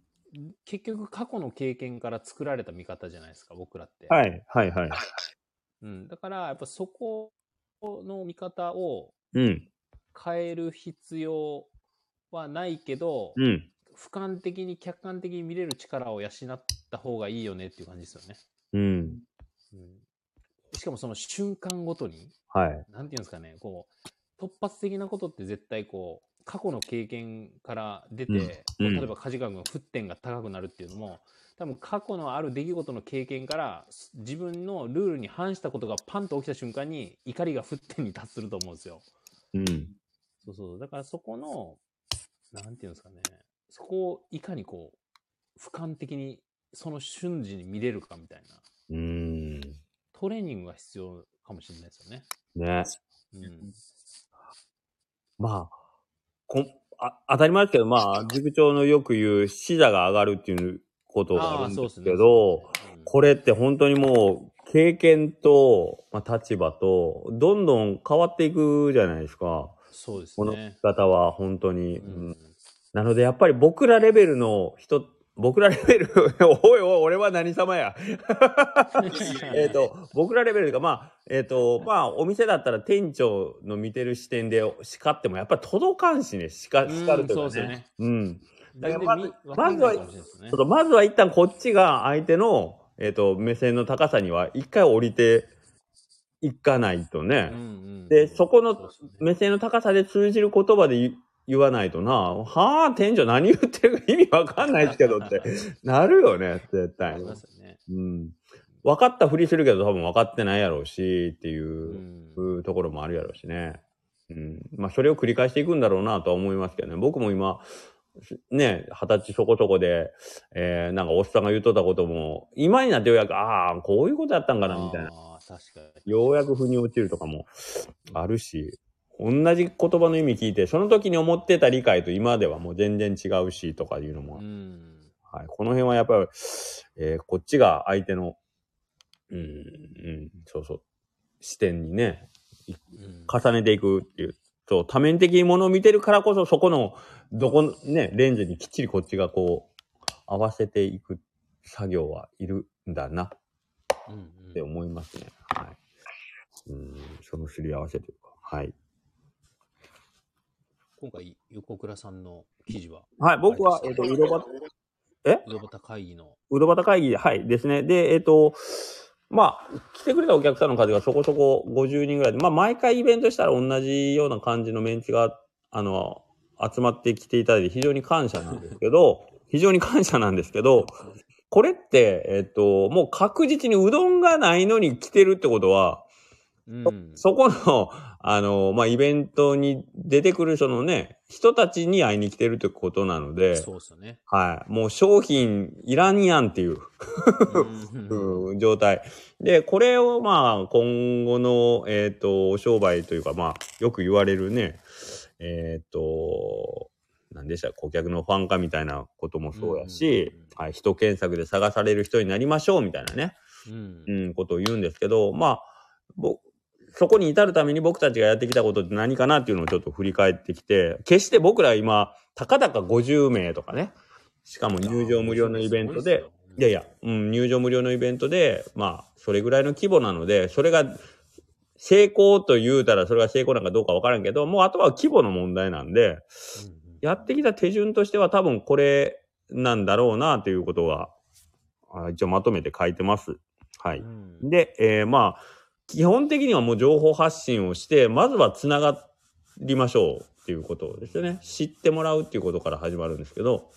Speaker 2: 結局過去の経験から作られた見方じゃないですか、僕らって。
Speaker 1: はい、はい、はい。
Speaker 2: うん、だから、やっぱそこの見方を
Speaker 1: うん、
Speaker 2: 変える必要はないけど、
Speaker 1: うん。
Speaker 2: 俯瞰的に客観的に見れる力を養った方がいいよねっていう感じですよね。
Speaker 1: うん。
Speaker 2: しかもその瞬間ごとに、
Speaker 1: はい。
Speaker 2: なんていうんですかね、こう、突発的なことって絶対こう、過去の経験から出て、
Speaker 1: うん
Speaker 2: こう
Speaker 1: うん
Speaker 2: 例えば梶川君が沸点が高くなるっていうのも、多分過去のある出来事の経験から、す自分のルールに反したことがパンと起きた瞬間に、怒りが沸点に達すると思うんですよ。
Speaker 1: うん。
Speaker 2: そうそう。だからそこの、なんていうんですかね。そこをいかにこう、俯瞰的に、その瞬時に見れるかみたいな。
Speaker 1: うん。
Speaker 2: トレーニングが必要かもしれないですよね。
Speaker 1: ね。
Speaker 2: うん。
Speaker 1: まあ、こんあ当たり前ですけど、まあ、塾長のよく言う、視座が上がるっていうことがあるんですけど、
Speaker 2: そうっすね、
Speaker 1: これって本当にもう、経験と、まあ、立場と、どんどん変わっていくじゃないですか。
Speaker 2: そうです
Speaker 1: この
Speaker 2: ね。
Speaker 1: 方は本当に。
Speaker 2: うん
Speaker 1: なので、やっぱり僕らレベルの人、 僕らレベル、 おいおい、俺は何様や。えっ、と、僕らレベルが、まあ、えっ、と、まあ、お店だったら店長の見てる視点で叱っても、やっぱり届かんしね、叱
Speaker 2: うん
Speaker 1: 叱ると
Speaker 2: そう
Speaker 1: いう
Speaker 2: です
Speaker 1: か
Speaker 2: よ
Speaker 1: ね。
Speaker 2: ね。
Speaker 1: うん。だから
Speaker 2: 全然
Speaker 1: まず
Speaker 2: み
Speaker 1: ま
Speaker 2: わ
Speaker 1: ず
Speaker 2: か
Speaker 1: は
Speaker 2: んないかもしれないですね
Speaker 1: ちょっとまずは一旦こっちが相手の、えっ、と、目線の高さには一回降りていかないとね。
Speaker 2: うんうん
Speaker 1: でそこの
Speaker 2: そうっすよね
Speaker 1: 目線の高さで通じる言葉で言言わないとな、はあ、店長何言ってるか意味わかんないですけどって、 なるよね、絶
Speaker 2: あ
Speaker 1: 対
Speaker 2: り。ますよね。
Speaker 1: うん。分かったふりするけど多分分かってないやろうし、っていうう、
Speaker 2: ん。
Speaker 1: うところもあるやろうしね。うん。まあ、それを繰り返していくんだろうなとは思いますけどね。僕も今、ね、二十歳そこそこで、えー、なんかおっさんが言っとったことも、今になってようやく、ああ、こういうことやったんかな、みたいな。
Speaker 2: ああ、確かに。
Speaker 1: ようやく腑に落ちるとかもあるし、同じ言葉の意味聞いて、その時に思ってた理解と今ではもう全然違うしとかいうのも、
Speaker 2: うん。
Speaker 1: はい、この辺はやっぱり、えーこっちが相手の、うん、うん、そうそう、視点にね、
Speaker 2: うん
Speaker 1: 重ねていくっていう。そう、多面的にものを見てるからこそ、そこの、どこの、ね、レンズにきっちりこっちがこう、合わせていく作業はいるんだな
Speaker 2: うんう
Speaker 1: っ
Speaker 2: ん
Speaker 1: て思いますね。はい。うん、そのすり合わせというか。はい。
Speaker 2: 今回、横倉さんの記事は、
Speaker 1: はい、僕は、えっ、と、うどば、え
Speaker 2: ロボタ会議の、
Speaker 1: うどばた会議、はい、ですね。で、えっ、と、まあ、来てくれたお客さんの数がそこそこ50人ぐらいで、まあ、毎回イベントしたら同じような感じのメンチが、あの、集まってきていただいて、非常に感謝なんですけ ど、非常に感謝なんですけど、これって、えっ、と、もう確実にうどんがないのに来てるってことは、
Speaker 2: うん。
Speaker 1: そこの、あの、まあ、イベントに出てくるそのね、人たちに会いに来てるってことなので、
Speaker 2: そうっすよね。
Speaker 1: はい。もう商品いらんやんっていう、
Speaker 2: うん
Speaker 1: うん状態。で、これをまあ、今後の、えっ、と、お商売というか、まあ、よく言われるね、えっ、と、何でした顧客のファン化みたいなこともそうやし、
Speaker 2: うん
Speaker 1: はい、人検索で探される人になりましょうみたいなね。
Speaker 2: うん
Speaker 1: うん、ことを言うんですけど、まあ、ぼそこに至るために僕たちがやってきたことって何かなっていうのをちょっと振り返ってきて、決して僕ら今、たかだか50名とかね、しかも入場無料のイベントで、、いやいや、うん、入場無料のイベントで、まあ、それぐらいの規模なので、それが、成功と言うたらそれが成功なんかどうかわからんけど、もうあとは規模の問題なんで、やってきた手順としては多分これなんだろうなということが、あ一応まとめて書いてます。は
Speaker 2: う
Speaker 1: い。
Speaker 2: ん
Speaker 1: で、えーまあ、基本的にはもう情報発信をして、まずはつながりましょうっていうことですよね。知ってもらうっていうことから始まるんですけど、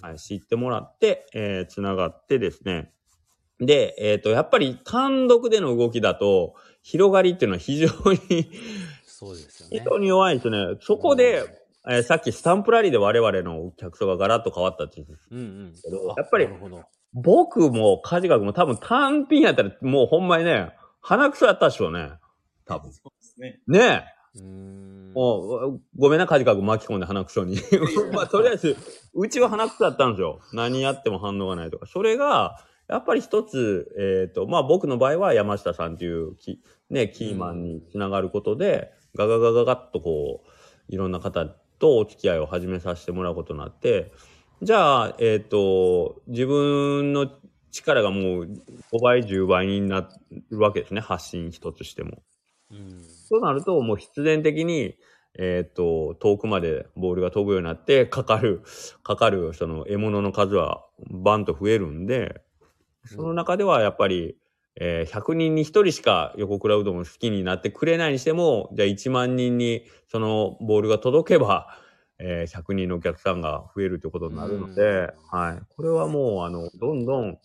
Speaker 1: はい、知ってもらって、えー、つながってですね。で、えっ、と、やっぱり単独での動きだと、広がりっていうのは非常に、
Speaker 2: そうですよ
Speaker 1: 非
Speaker 2: ね。
Speaker 1: 常に弱いですね。そこで、えーさっきスタンプラリーで我々の客層がガラッと変わったって言って
Speaker 2: うんうん
Speaker 1: けど
Speaker 2: あ
Speaker 1: やっぱり
Speaker 2: なるほど。
Speaker 1: 僕も、カジカ君も多分単品やったら、もうほんまにね、鼻くそやったっしょうね。多分。
Speaker 3: そうですね。
Speaker 1: ねえ。
Speaker 2: うーん。
Speaker 1: もう、ごめんな、カジカ君巻き込んで鼻くそに。 まあ、とりあえず、うちは鼻くそだったんですよ。何やっても反応がないとか。それが、やっぱり一つ、えっ、と、まあ僕の場合は山下さんというキ、ね、キーマンにつながることで、ガガガガガッとこう、いろんな方とお付き合いを始めさせてもらうことになって、じゃあ、えっ、と、自分の力がもう5倍、10倍になるわけですね。発信一つしても。
Speaker 2: うん。
Speaker 1: そうなると、もう必然的に、えっ、と、遠くまでボールが飛ぶようになって、かかる、かかる、その獲物の数はバンと増えるんで、その中ではやっぱり、えー100人に1人しか横倉うどんを好きになってくれないにしても、じゃあ1万人にそのボールが届けば、えー100人のお客さんが増えるということになるので、はい。これはもう、あの、どんどん、こ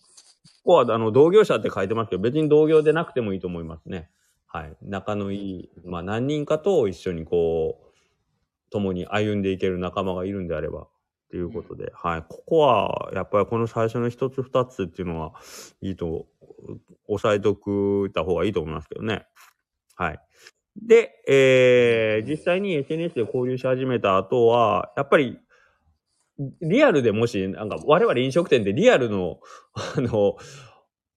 Speaker 1: こはあの同業者って書いてますけど、別に同業でなくてもいいと思いますね。はい。仲のいい、まあ何人かと一緒にこう、共に歩んでいける仲間がいるんであれば、ということで、はい。ここは、やっぱりこの最初の一つ二つっていうのは、いいと、押さえとくた方がいいと思いますけどね。はい。で、えー、実際に SNS で交流し始めた後は、やっぱり、リアルでもし、なんか、我々飲食店でリアルの、 あの、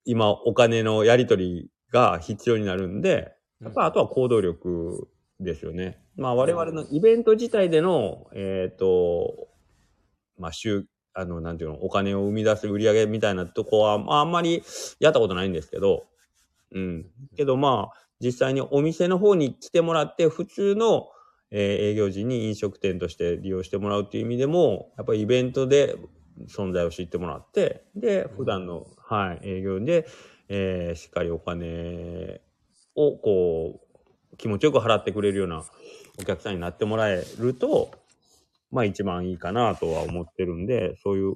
Speaker 1: 今、お金のやり取りが必要になるんで、やっぱあとは行動力ですよね。まあ我々のイベント自体での、えっ、と、まあ収、あの、なんていうの、お金を生み出す売り上げみたいなとこは、まああんまりやったことないんですけど、うん。けどまあ、実際にお店の方に来てもらって、普通の、えー営業時に飲食店として利用してもらうっていう意味でも、やっぱりイベントで存在を知ってもらって、で、普段の、はい、営業で、えーしっかりお金をこう気持ちよく払ってくれるようなお客さんになってもらえるとまあ一番いいかなとは思ってるんでそういう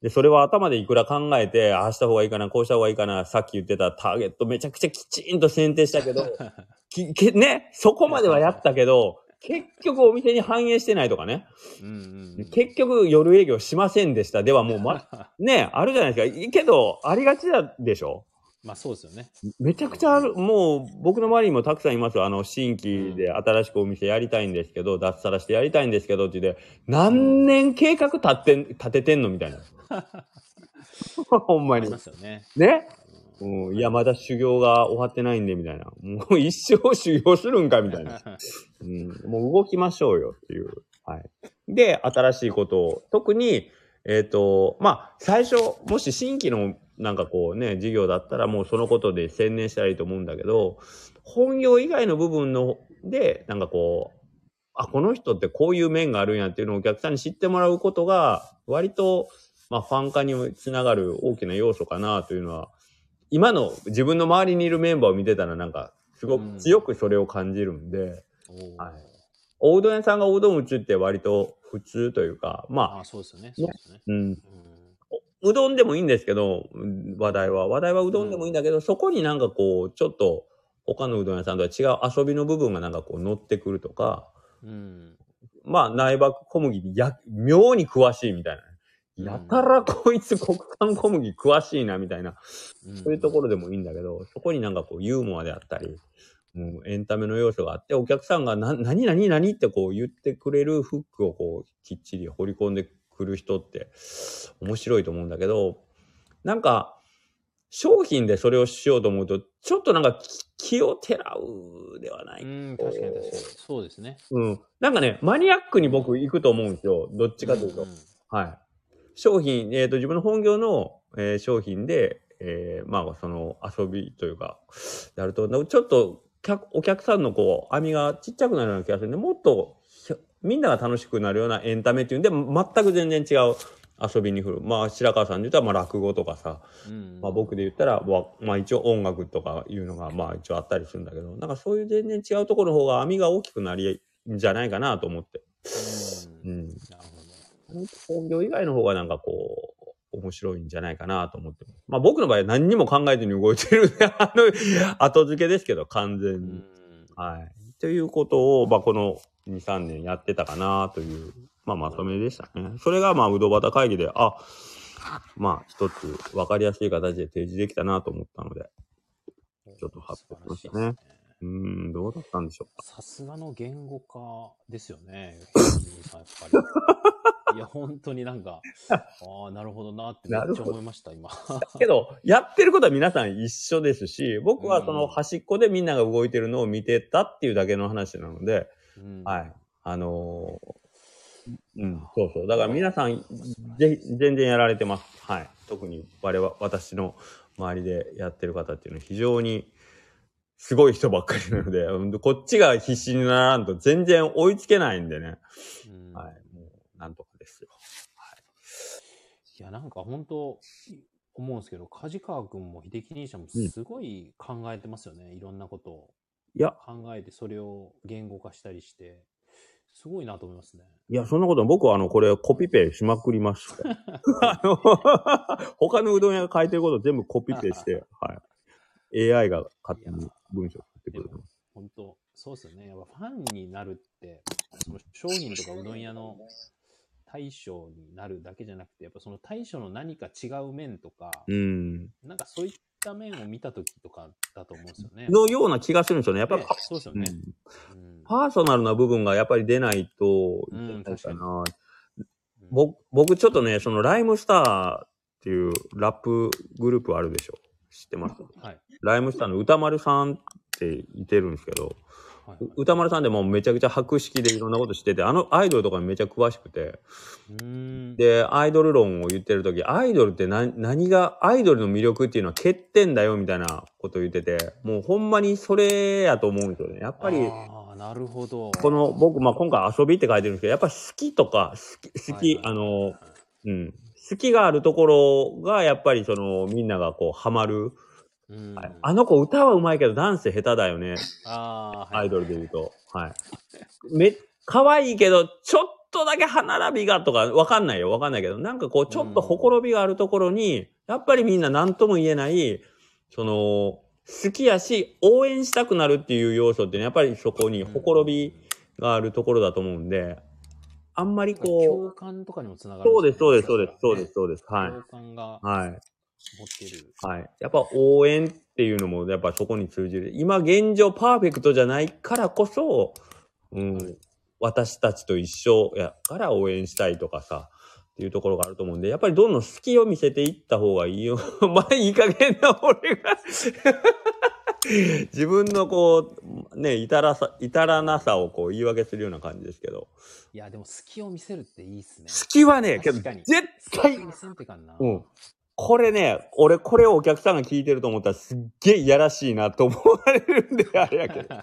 Speaker 1: でそれは頭でいくら考えてああした方がいいかなこうした方がいいかなさっき言ってたターゲットめちゃくちゃきちんと選定したけどきけねそこまではやったけど結局お店に反映してないとかね
Speaker 2: うんうんうん。
Speaker 1: 結局夜営業しませんでしたではもう、ま、ねあるじゃないですかいけどありがちだでしょ
Speaker 2: まあそうですよね。
Speaker 1: めちゃくちゃある、もう僕の周りにもたくさんいますよ。あの、新規で新しくお店やりたいんですけど、脱サラしてやりたいんですけどって言って、何年計画立ってん、立ててんのみたいな。 ほん
Speaker 2: あ
Speaker 1: ま
Speaker 2: り
Speaker 1: に
Speaker 2: ま。すよね。
Speaker 1: ね、うん、いや、まだ修行が終わってないんで、みたいな。もう一生修行するんか、みたいな。うん、もう動きましょうよっていう。はい。で、新しいことを、特に、えっ、と、まあ、最初、もし新規のなんかこうね、事業だったらもうそのことで専念したらいいと思うんだけど、本業以外の部分ので、なんかこう、あ、この人ってこういう面があるんやっていうのをお客さんに知ってもらうことが、割と、まあ、ファン化にもつながる大きな要素かなというのは、今の自分の周りにいるメンバーを見てたらなんか、すごく強くそれを感じるんで、
Speaker 2: おー
Speaker 1: はいおうどん屋さんがおうどん打つって割と普通というか、ま
Speaker 2: あ
Speaker 1: あ、
Speaker 2: あ、そうですよね。そうですよね。
Speaker 1: うん、
Speaker 2: うん
Speaker 1: うどんでもいいんですけど、うん話題は。話題はうどんでもいいんだけど、そこになんかこう、ちょっと他のうどん屋さんとは違う遊びの部分がなんかこう乗ってくるとか、
Speaker 2: うん。
Speaker 1: まあ、内爆小麦にや、妙に詳しいみたいな。やたらこいつ国産小麦詳しいなみたいな、そういうところでもいいんだけど、そこになんかこうユーモアであったり、もうエンタメの要素があって、お客さんがな、何何何ってこう言ってくれるフックをこうきっちり掘り込んでくる人って面白いと思うんだけど、なんか商品でそれをしようと思うと、ちょっとなんかき気をてらうではない
Speaker 2: うん、確かに確かに。そうですね。
Speaker 1: うん。なんかね、マニアックに僕行くと思うんですよ。どっちかというと。
Speaker 2: んん
Speaker 1: はい。商品、えっ、と、自分の本業の、えー商品で、えーまあ、その遊びというか、やると、なちょっと客、お客さんのこう、網がちっちゃくなるような気がするんで、もっと、ひょみんなが楽しくなるようなエンタメっていうんで、全く全然違う遊びに振る。まあ、白川さんで言ったら、まあ、落語とかさ、
Speaker 2: うん
Speaker 1: まあ、僕で言ったら、わまあ、一応音楽とかいうのが、まあ、一応あったりするんだけど、なんかそういう全然違うところの方が網が大きくなり、んじゃないかなと思って。
Speaker 2: う
Speaker 1: うんん。
Speaker 2: なるほどね
Speaker 1: 本業以外の方がなんかこう、面白いんじゃないかなと思ってます。まあ僕の場合は何にも考えずに動いてるんで、 あの、後付けですけど、完全
Speaker 2: う
Speaker 1: に。
Speaker 2: ん
Speaker 1: はい。ということを、まあこの2、3年やってたかなという、まあまとめでしたね。それがまあ、うどばた会議で、あ、まあ一つ分かりやすい形で提示できたなと思ったので、ちょっと発表しましたね
Speaker 2: 素晴らいですね
Speaker 1: うーん、どうだったんでしょう
Speaker 2: さすがの言語化ですよ ね。ゆきさんやっぱりいや、本当になんか、ああ、なるほどなってめっ
Speaker 1: なる
Speaker 2: ち
Speaker 1: ほ
Speaker 2: ゃ
Speaker 1: ど
Speaker 2: 思いました、今。
Speaker 1: か。けど、やってることは皆さん一緒ですし、僕はその
Speaker 2: うん
Speaker 1: 端っこでみんなが動いてるのを見てたっていうだけの話なので、
Speaker 2: うん
Speaker 1: はい。あのーうん、そうそう。だから皆さん、ぜひ、全然やられてます。はい。特に我々、私の周りでやってる方っていうのは非常にすごい人ばっかりなので、 うんこっちが必死にならんと全然追いつけないんでね。
Speaker 2: うん
Speaker 1: はい。もう、なんとかですよ。
Speaker 2: いや、なんか本当、思うんですけど、梶川君も秀樹兄者もすごい考えてますよね、いろんなことを。
Speaker 1: いや
Speaker 2: 考えて、それを言語化したりして、すごいなと思いますね。
Speaker 1: いや、そんなこと、僕はあの、これコピペしまくりま した。あの、他のうどん屋が書いてること全部コピペして、はい。AI が勝手に文章を作ってくれてます。
Speaker 2: 本当、そうですよね。やっぱファンになるって、その商品とかうどん屋の対象になるだけじゃなくて、やっぱその対象の何か違う面とか、
Speaker 1: うん。
Speaker 2: なんかそういった面を見た時とかだと思うんですよね。
Speaker 1: のような気がするんですよね。やっぱり、
Speaker 2: ねそうですよ
Speaker 1: うん
Speaker 2: ね。うん
Speaker 1: パーソナルな部分がやっぱり出ないといけない
Speaker 2: うん確か
Speaker 1: か
Speaker 2: に
Speaker 1: な。僕、僕ちょっとね、そのライムスターっていうラップグループあるでしょ。知ってます
Speaker 2: はい。
Speaker 1: ライムスターの歌丸さんっていてるんですけど、
Speaker 2: はい、
Speaker 1: う歌丸さんでもうめちゃくちゃ博識でいろんなことしてて、あのアイドルとかにめちゃ詳しくて、
Speaker 2: うーん。
Speaker 1: で、アイドル論を言ってる時アイドルって何何が、アイドルの魅力っていうのは欠点だよみたいなこと言ってて、もうほんまにそれやと思うんですよね。やっぱり、
Speaker 2: ああ、なるほど。
Speaker 1: この僕、まあ、今回遊びって書いてるんですけど、やっぱ好きとか、好き、好き、
Speaker 2: はいはい
Speaker 1: あの、うん。好きがあるところが、やっぱりその、みんながこう、ハマる。
Speaker 2: うん、
Speaker 1: はいあの子歌は上手いけど、ダンス下手だよね。
Speaker 2: あー
Speaker 1: アイドルで言うと。はい。め、可愛いけど、ちょっとだけ歯並びがとか、わかんないよ。わかんないけど、なんかこう、ちょっとほころびがあるところに、やっぱりみんな何とも言えない、その、好きやし、応援したくなるっていう要素ってね、やっぱりそこにほころび、があるところだと思うんで、あんまりこ
Speaker 2: 共感とかにもつな
Speaker 1: う、
Speaker 2: がる
Speaker 1: そう
Speaker 2: ん
Speaker 1: です、そうです、そうです、そう
Speaker 2: ね
Speaker 1: です、そうです、はい。
Speaker 2: 共感が
Speaker 1: はい。
Speaker 2: 持ってる。
Speaker 1: はい。やっぱ応援っていうのも、やっぱそこに通じる。今現状パーフェクトじゃないからこそ、うん、私たちと一緒やから応援したいとかさ、っていうところがあると思うんで、やっぱりどんどん好きを見せていった方がいいよ。まあ、いい加減な俺が。自分のこう、ね、至らさ、至らなさをこう言い訳するような感じですけど。
Speaker 2: いや、でも隙を見せるっていいっすね。
Speaker 1: 好きはね、けど、
Speaker 2: 確かに
Speaker 1: 絶対
Speaker 2: 隙、見せんってかんな。
Speaker 1: うん。これね、俺これをお客さんが聞いてると思ったらすっげえいやらしいなと思われるんで、あれや けど。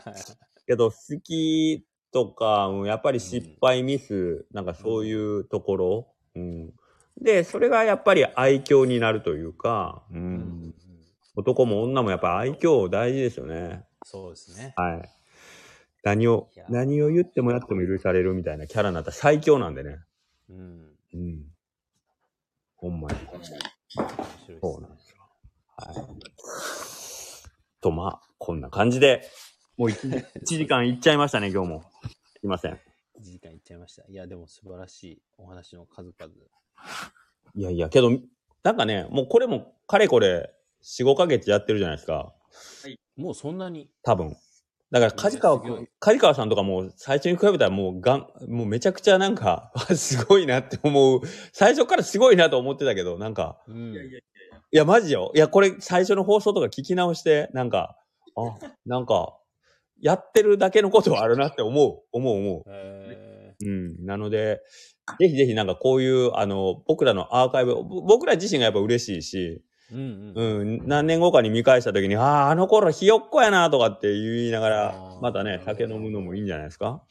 Speaker 1: けど、好きとか、うんやっぱり失敗ミス、なんかそういうところ。うん。で、それがやっぱり愛嬌になるというか、う
Speaker 2: うんうんん。
Speaker 1: 男も女もやっぱ愛嬌大事ですよね。
Speaker 2: そうですね。
Speaker 1: はい。何を
Speaker 2: いや、
Speaker 1: 何を言ってもやっても許されるみたいなキャラになったら最強なんでね。
Speaker 2: うん。
Speaker 1: うん。ほんまに。
Speaker 2: 面白い
Speaker 1: そうなん
Speaker 2: で
Speaker 1: です
Speaker 2: ね。
Speaker 1: と、まあ、こんな感じで、もう1時間いっちゃいましたね、今日も。すいません。
Speaker 2: 一時間いっちゃいました。いや、でも素晴らしいお話の数々。
Speaker 1: いやいや、けど、なんかね、もうこれも、かれこれ、4、5ヶ月やってるじゃないですか。
Speaker 2: もうそんなに。
Speaker 1: 多分。だから、梶川
Speaker 2: いやすご
Speaker 1: 君
Speaker 2: い、
Speaker 1: 梶川さんとかもう最初に比べたらもうがん、もうめちゃくちゃなんか、 すごいなって思う。最初からすごいなと思ってたけど、なんか、
Speaker 2: うん。
Speaker 3: いやいやい
Speaker 1: いや、マジよ。いや、これ、最初の放送とか聞き直して、なんか、あ、なんか、やってるだけのことはあるなって思う、思う、思
Speaker 2: え
Speaker 1: う。うん。なので、ぜひぜひなんかこういう、あの、僕らのアーカイブ、ぼ僕ら自身がやっぱ嬉しいし、
Speaker 2: ー、うんうん。
Speaker 1: うん、何年後かに見返した時に、ああ、あの頃ひよっこやなとかって言いなが
Speaker 2: あ
Speaker 1: ら
Speaker 2: ー、
Speaker 1: またね、酒飲むのもいいんじゃないですか。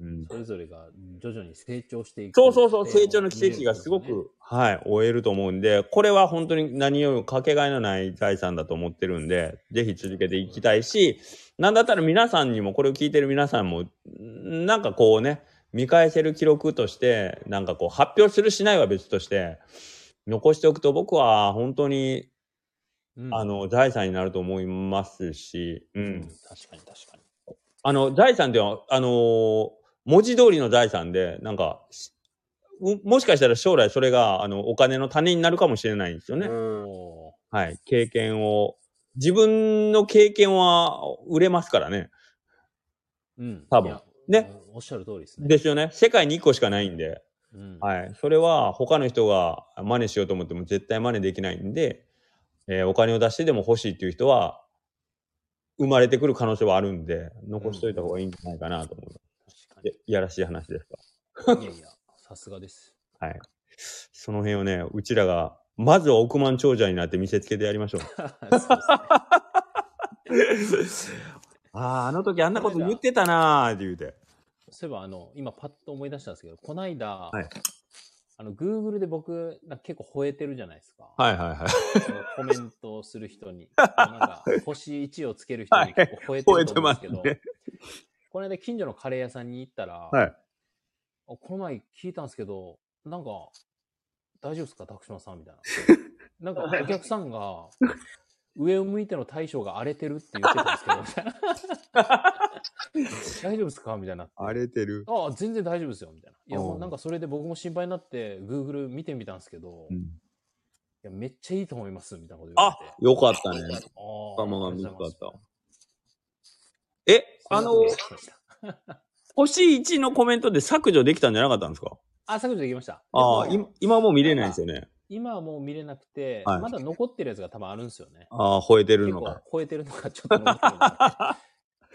Speaker 1: うん。
Speaker 2: それぞれが徐々に成長していく。
Speaker 1: そうそうそう、成長の奇跡がすご
Speaker 2: 見えるんで
Speaker 1: く、はい、終えると思うんで、これは本当に何よりもかけがえのない財産だと思ってるんで、ぜひ続けていきたいし、なんだったら皆さんにも、これを聞いてる皆さんも、んなんかこうね、見返せる記録として、なんかこう発表するしないは別として、残しておくと僕は本当に、
Speaker 2: うん
Speaker 1: あ、の、財産になると思いますし、う
Speaker 2: うんん。確かに確かに。
Speaker 1: あの、財産っていうのは、あのー文字通りの財産で、なんか、しうもしかしたら将来それが、あの、お金の種になるかもしれないんですよね。
Speaker 2: お
Speaker 1: はい。経験を。自分の経験は売れますからね。
Speaker 2: ーうん。
Speaker 1: 多分
Speaker 2: いや
Speaker 1: ね。
Speaker 2: うんおっしゃる通りですね。
Speaker 1: ですよね。世界に1個しかないんで。
Speaker 2: うん、
Speaker 1: はい。それは他の人が真似しようと思っても絶対真似できないんで、えーお金を出してでも欲しいっていう人は、生まれてくる可能性はあるんで、残しといた方がいいんじゃないかなと思う。
Speaker 2: 確か
Speaker 1: いやいやらしい話ですか。
Speaker 2: に。いやいや、さすがです。
Speaker 1: はい。その辺をね、うちらが、まずは億万長者になって見せつけてやりましょう。
Speaker 2: そうですね
Speaker 1: ああ、あの時あんなこと言ってたなーって言うて。
Speaker 2: そういえば、あの、今パッと思い出したんですけど、こないだ
Speaker 1: はい、
Speaker 2: あの、Google で僕、なんか結構吠えてるじゃないですか。
Speaker 1: はいはいはい。
Speaker 2: そのコメントをする人 に、なんか、星1をつける人に結構吠えてると思うんですけど、
Speaker 1: はい吠えて
Speaker 2: この間近所のカレー屋さんに行ったら、
Speaker 1: はい
Speaker 2: あこの前聞いたんですけど、なんか、大丈夫ですか、拓島さんみたいな。 なんか、お客さんが、上を向いての大将が荒れてるって言ってたんですけど、みたいな。大丈夫ですかみたいな。
Speaker 1: 荒れてる。
Speaker 2: ああ、全然大丈夫ですよ、みたいな。いや、
Speaker 1: おう
Speaker 2: もうなんかそれで僕も心配になって、Google 見てみたんですけど、
Speaker 1: う
Speaker 2: い
Speaker 1: ん
Speaker 2: や、めっちゃいいと思います、みたいなこと言わ
Speaker 1: あ
Speaker 2: れて。
Speaker 1: よかったね。
Speaker 2: あ
Speaker 1: 頭が
Speaker 2: あり
Speaker 1: 見つ
Speaker 2: と
Speaker 1: か
Speaker 2: うご
Speaker 1: っ
Speaker 2: ざいます
Speaker 1: た。え、あの
Speaker 2: そんな、ことができました
Speaker 1: 星1のコメントで削除できたんじゃなかったんですか
Speaker 2: あ、削除できました。
Speaker 1: ああ、
Speaker 2: でも
Speaker 1: 今今もう見れないんですよね。
Speaker 2: 今はもう見れなくて、
Speaker 1: はい
Speaker 2: まだ残ってるやつが多分あるんですよね。
Speaker 1: ああ、吠えてる
Speaker 2: 結
Speaker 1: の
Speaker 2: 構
Speaker 1: が。
Speaker 2: 超えてるのがちょっと残ってるの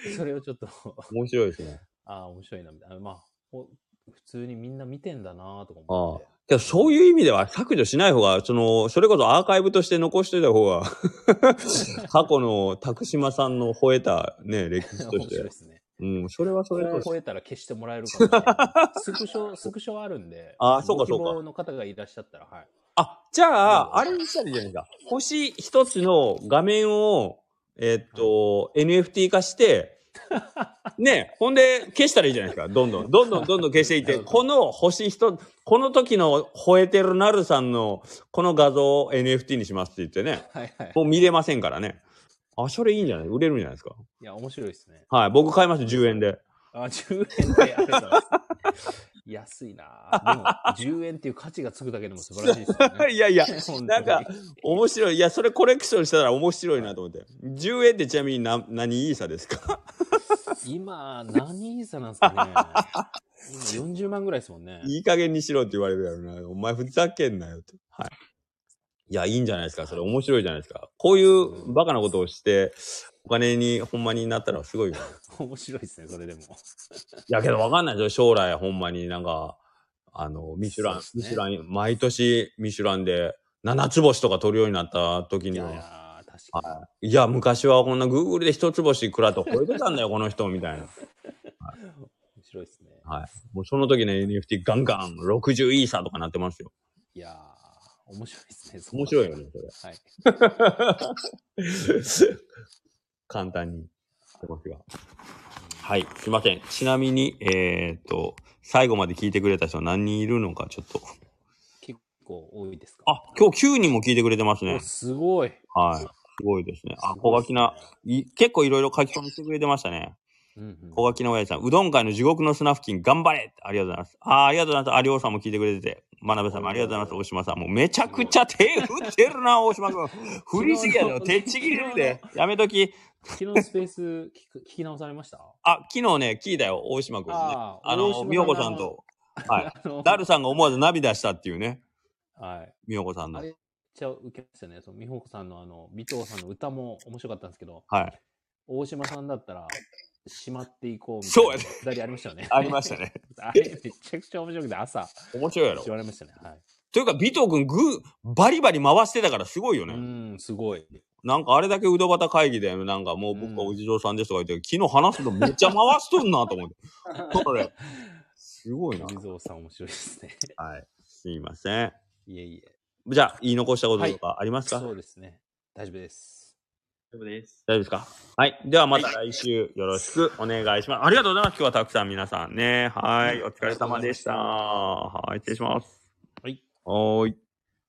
Speaker 2: で それをちょっと、
Speaker 1: 面白いですね。
Speaker 2: ああ、面白いな、みたいな。まあ、ほ普通にみんな見てんだなとか
Speaker 1: あ
Speaker 2: 思
Speaker 1: あ
Speaker 2: って。。
Speaker 1: けどそういう意味では削除しない方が、その、それこそアーカイブとして残しといた方 が、過去の拓島さんの吠えた ね、歴史と
Speaker 2: 面
Speaker 1: し
Speaker 2: 白い
Speaker 1: て
Speaker 2: で。すね。
Speaker 1: うん、それはそれとして。
Speaker 2: 超えたら消してもらえるかもしれ ない。スクショ、スクショあるんで。
Speaker 1: ああそうかそうか
Speaker 2: ご希望の方がいらっしゃったら、はい。
Speaker 1: あ、じゃあ、あれにしたらいいじゃないですか。星一つの画面を、えーっと、NFT 化 して、ね、ほんで消したらいいじゃないですか。どんどん、どんどんどんどん消していっ
Speaker 2: な
Speaker 1: て、
Speaker 2: るほど
Speaker 1: この星一つ、この時の吠えてるなるさんの、この画像を NFT にしますって言ってね。
Speaker 2: はいは い。
Speaker 1: もう見れませんからね。あ、それいいんじゃない売れるんじゃないですか。
Speaker 2: いや、面白いですね。
Speaker 1: はい。僕買いました、10円で。
Speaker 2: あ、10円で、ありがとうございます。安いなぁでも、10円っていう価値がつくだけでも素晴らしいですよね。
Speaker 1: いやいや、
Speaker 2: 本当に
Speaker 1: なんか、面白い。いや、それコレクションしたら面白いなと思って。10円ってちなみにな何いいさですか
Speaker 2: 今、何イーサなんですかね。今40万ぐらいですもんね。
Speaker 1: いい加減にしろって言われるやろな。お前ふざけんなよって。はい。いや、いいんじゃないですか。それ面白いじゃないですか。こういうバカなことをして、お金にほんまになったらすごいよ。
Speaker 2: 面白いですね、それでも。
Speaker 1: いやけどわかんないですよ。将来ほんまになんか、あの、ミシュラン、
Speaker 2: そうですね
Speaker 1: ミシュラン、毎年ミシュランで7つ星とか取るようになった時
Speaker 2: い
Speaker 1: に
Speaker 2: や
Speaker 1: は。
Speaker 2: い
Speaker 1: い
Speaker 2: や、確か
Speaker 1: いや、昔はこんなグーグルで一つ星食らって吠えてたんだよ、この人、みたいな。
Speaker 2: に。面白いですね。
Speaker 1: もうその時の NFT ガンガン60イーサーとかなってますよ。
Speaker 2: いやー、面白いですね。そう
Speaker 1: 面白いよね、それ。
Speaker 2: はい。
Speaker 1: 簡単に。してますがはい、すいません。ちなみに、えーっと、最後まで聞いてくれた人は何人いるのか、ちょっと。
Speaker 2: 結構多いですか
Speaker 1: あ、今日9人も聞いてくれてます
Speaker 2: お
Speaker 1: ね。
Speaker 2: すごい。
Speaker 1: はい。すごいですね。あ、小書きな、い結構いろいろ書き込みしてくれてましたね。
Speaker 2: うんうん。
Speaker 1: 小書きの親父さん、うどん界の地獄の砂付近頑張れありがとうございます。あーありがとうございます。あ、りょうさんも聞いてくれてて。真鍋さんもありがとうございます。大島さんもめちゃくちゃ手振ってるな、大島君。振りすぎや ろ。手ちぎれるで。やめとき。
Speaker 2: 昨日スペース聞く聞 き直されました
Speaker 1: あ、昨日ね、聞いたよ、大島君、ね。
Speaker 2: あー
Speaker 1: あ
Speaker 2: 大島
Speaker 1: の、
Speaker 2: が
Speaker 1: みよこさんと、はい。
Speaker 2: あの
Speaker 1: ダルさんが思わず涙したっていうね、
Speaker 2: はい。
Speaker 1: みよこさんの
Speaker 2: あ。れめっちゃ受けましたね。その美穂子さんのあの、尾藤さんの歌も面白かったんですけど、
Speaker 1: はい。
Speaker 2: 大島さんだったら、しまっていこうみた
Speaker 1: そうや
Speaker 2: い
Speaker 1: ね。
Speaker 2: なくだりありましたよね
Speaker 1: ありま したね。
Speaker 2: あれめちゃくちゃ面白くて、朝、
Speaker 1: 面白いやろ
Speaker 2: 言。われましたね。はい。
Speaker 1: というか、尾藤君、グー、バリバリ回してたからすごいよ
Speaker 2: う
Speaker 1: ね。
Speaker 2: ーん、すごい。
Speaker 1: なんかあれだけうどばた会議で、なんかもう僕はお地蔵さんですとか言って、昨日話すのめっちゃ回しとんなと思って。これ。すごいな。
Speaker 2: 水尾さん面白いですね。
Speaker 1: はい。すいません。
Speaker 2: いえいえ。
Speaker 1: じゃあ、言い残したこととかありますか、
Speaker 2: そうですね。大丈夫です。
Speaker 3: 丈夫です。
Speaker 1: 大丈夫ですかはい。ではまた来週よろしくお願いします。ありがとうございます。今日はたくさん皆さんね。はい。お疲れ様でした。はい。失礼します。
Speaker 2: はい。
Speaker 1: はーい。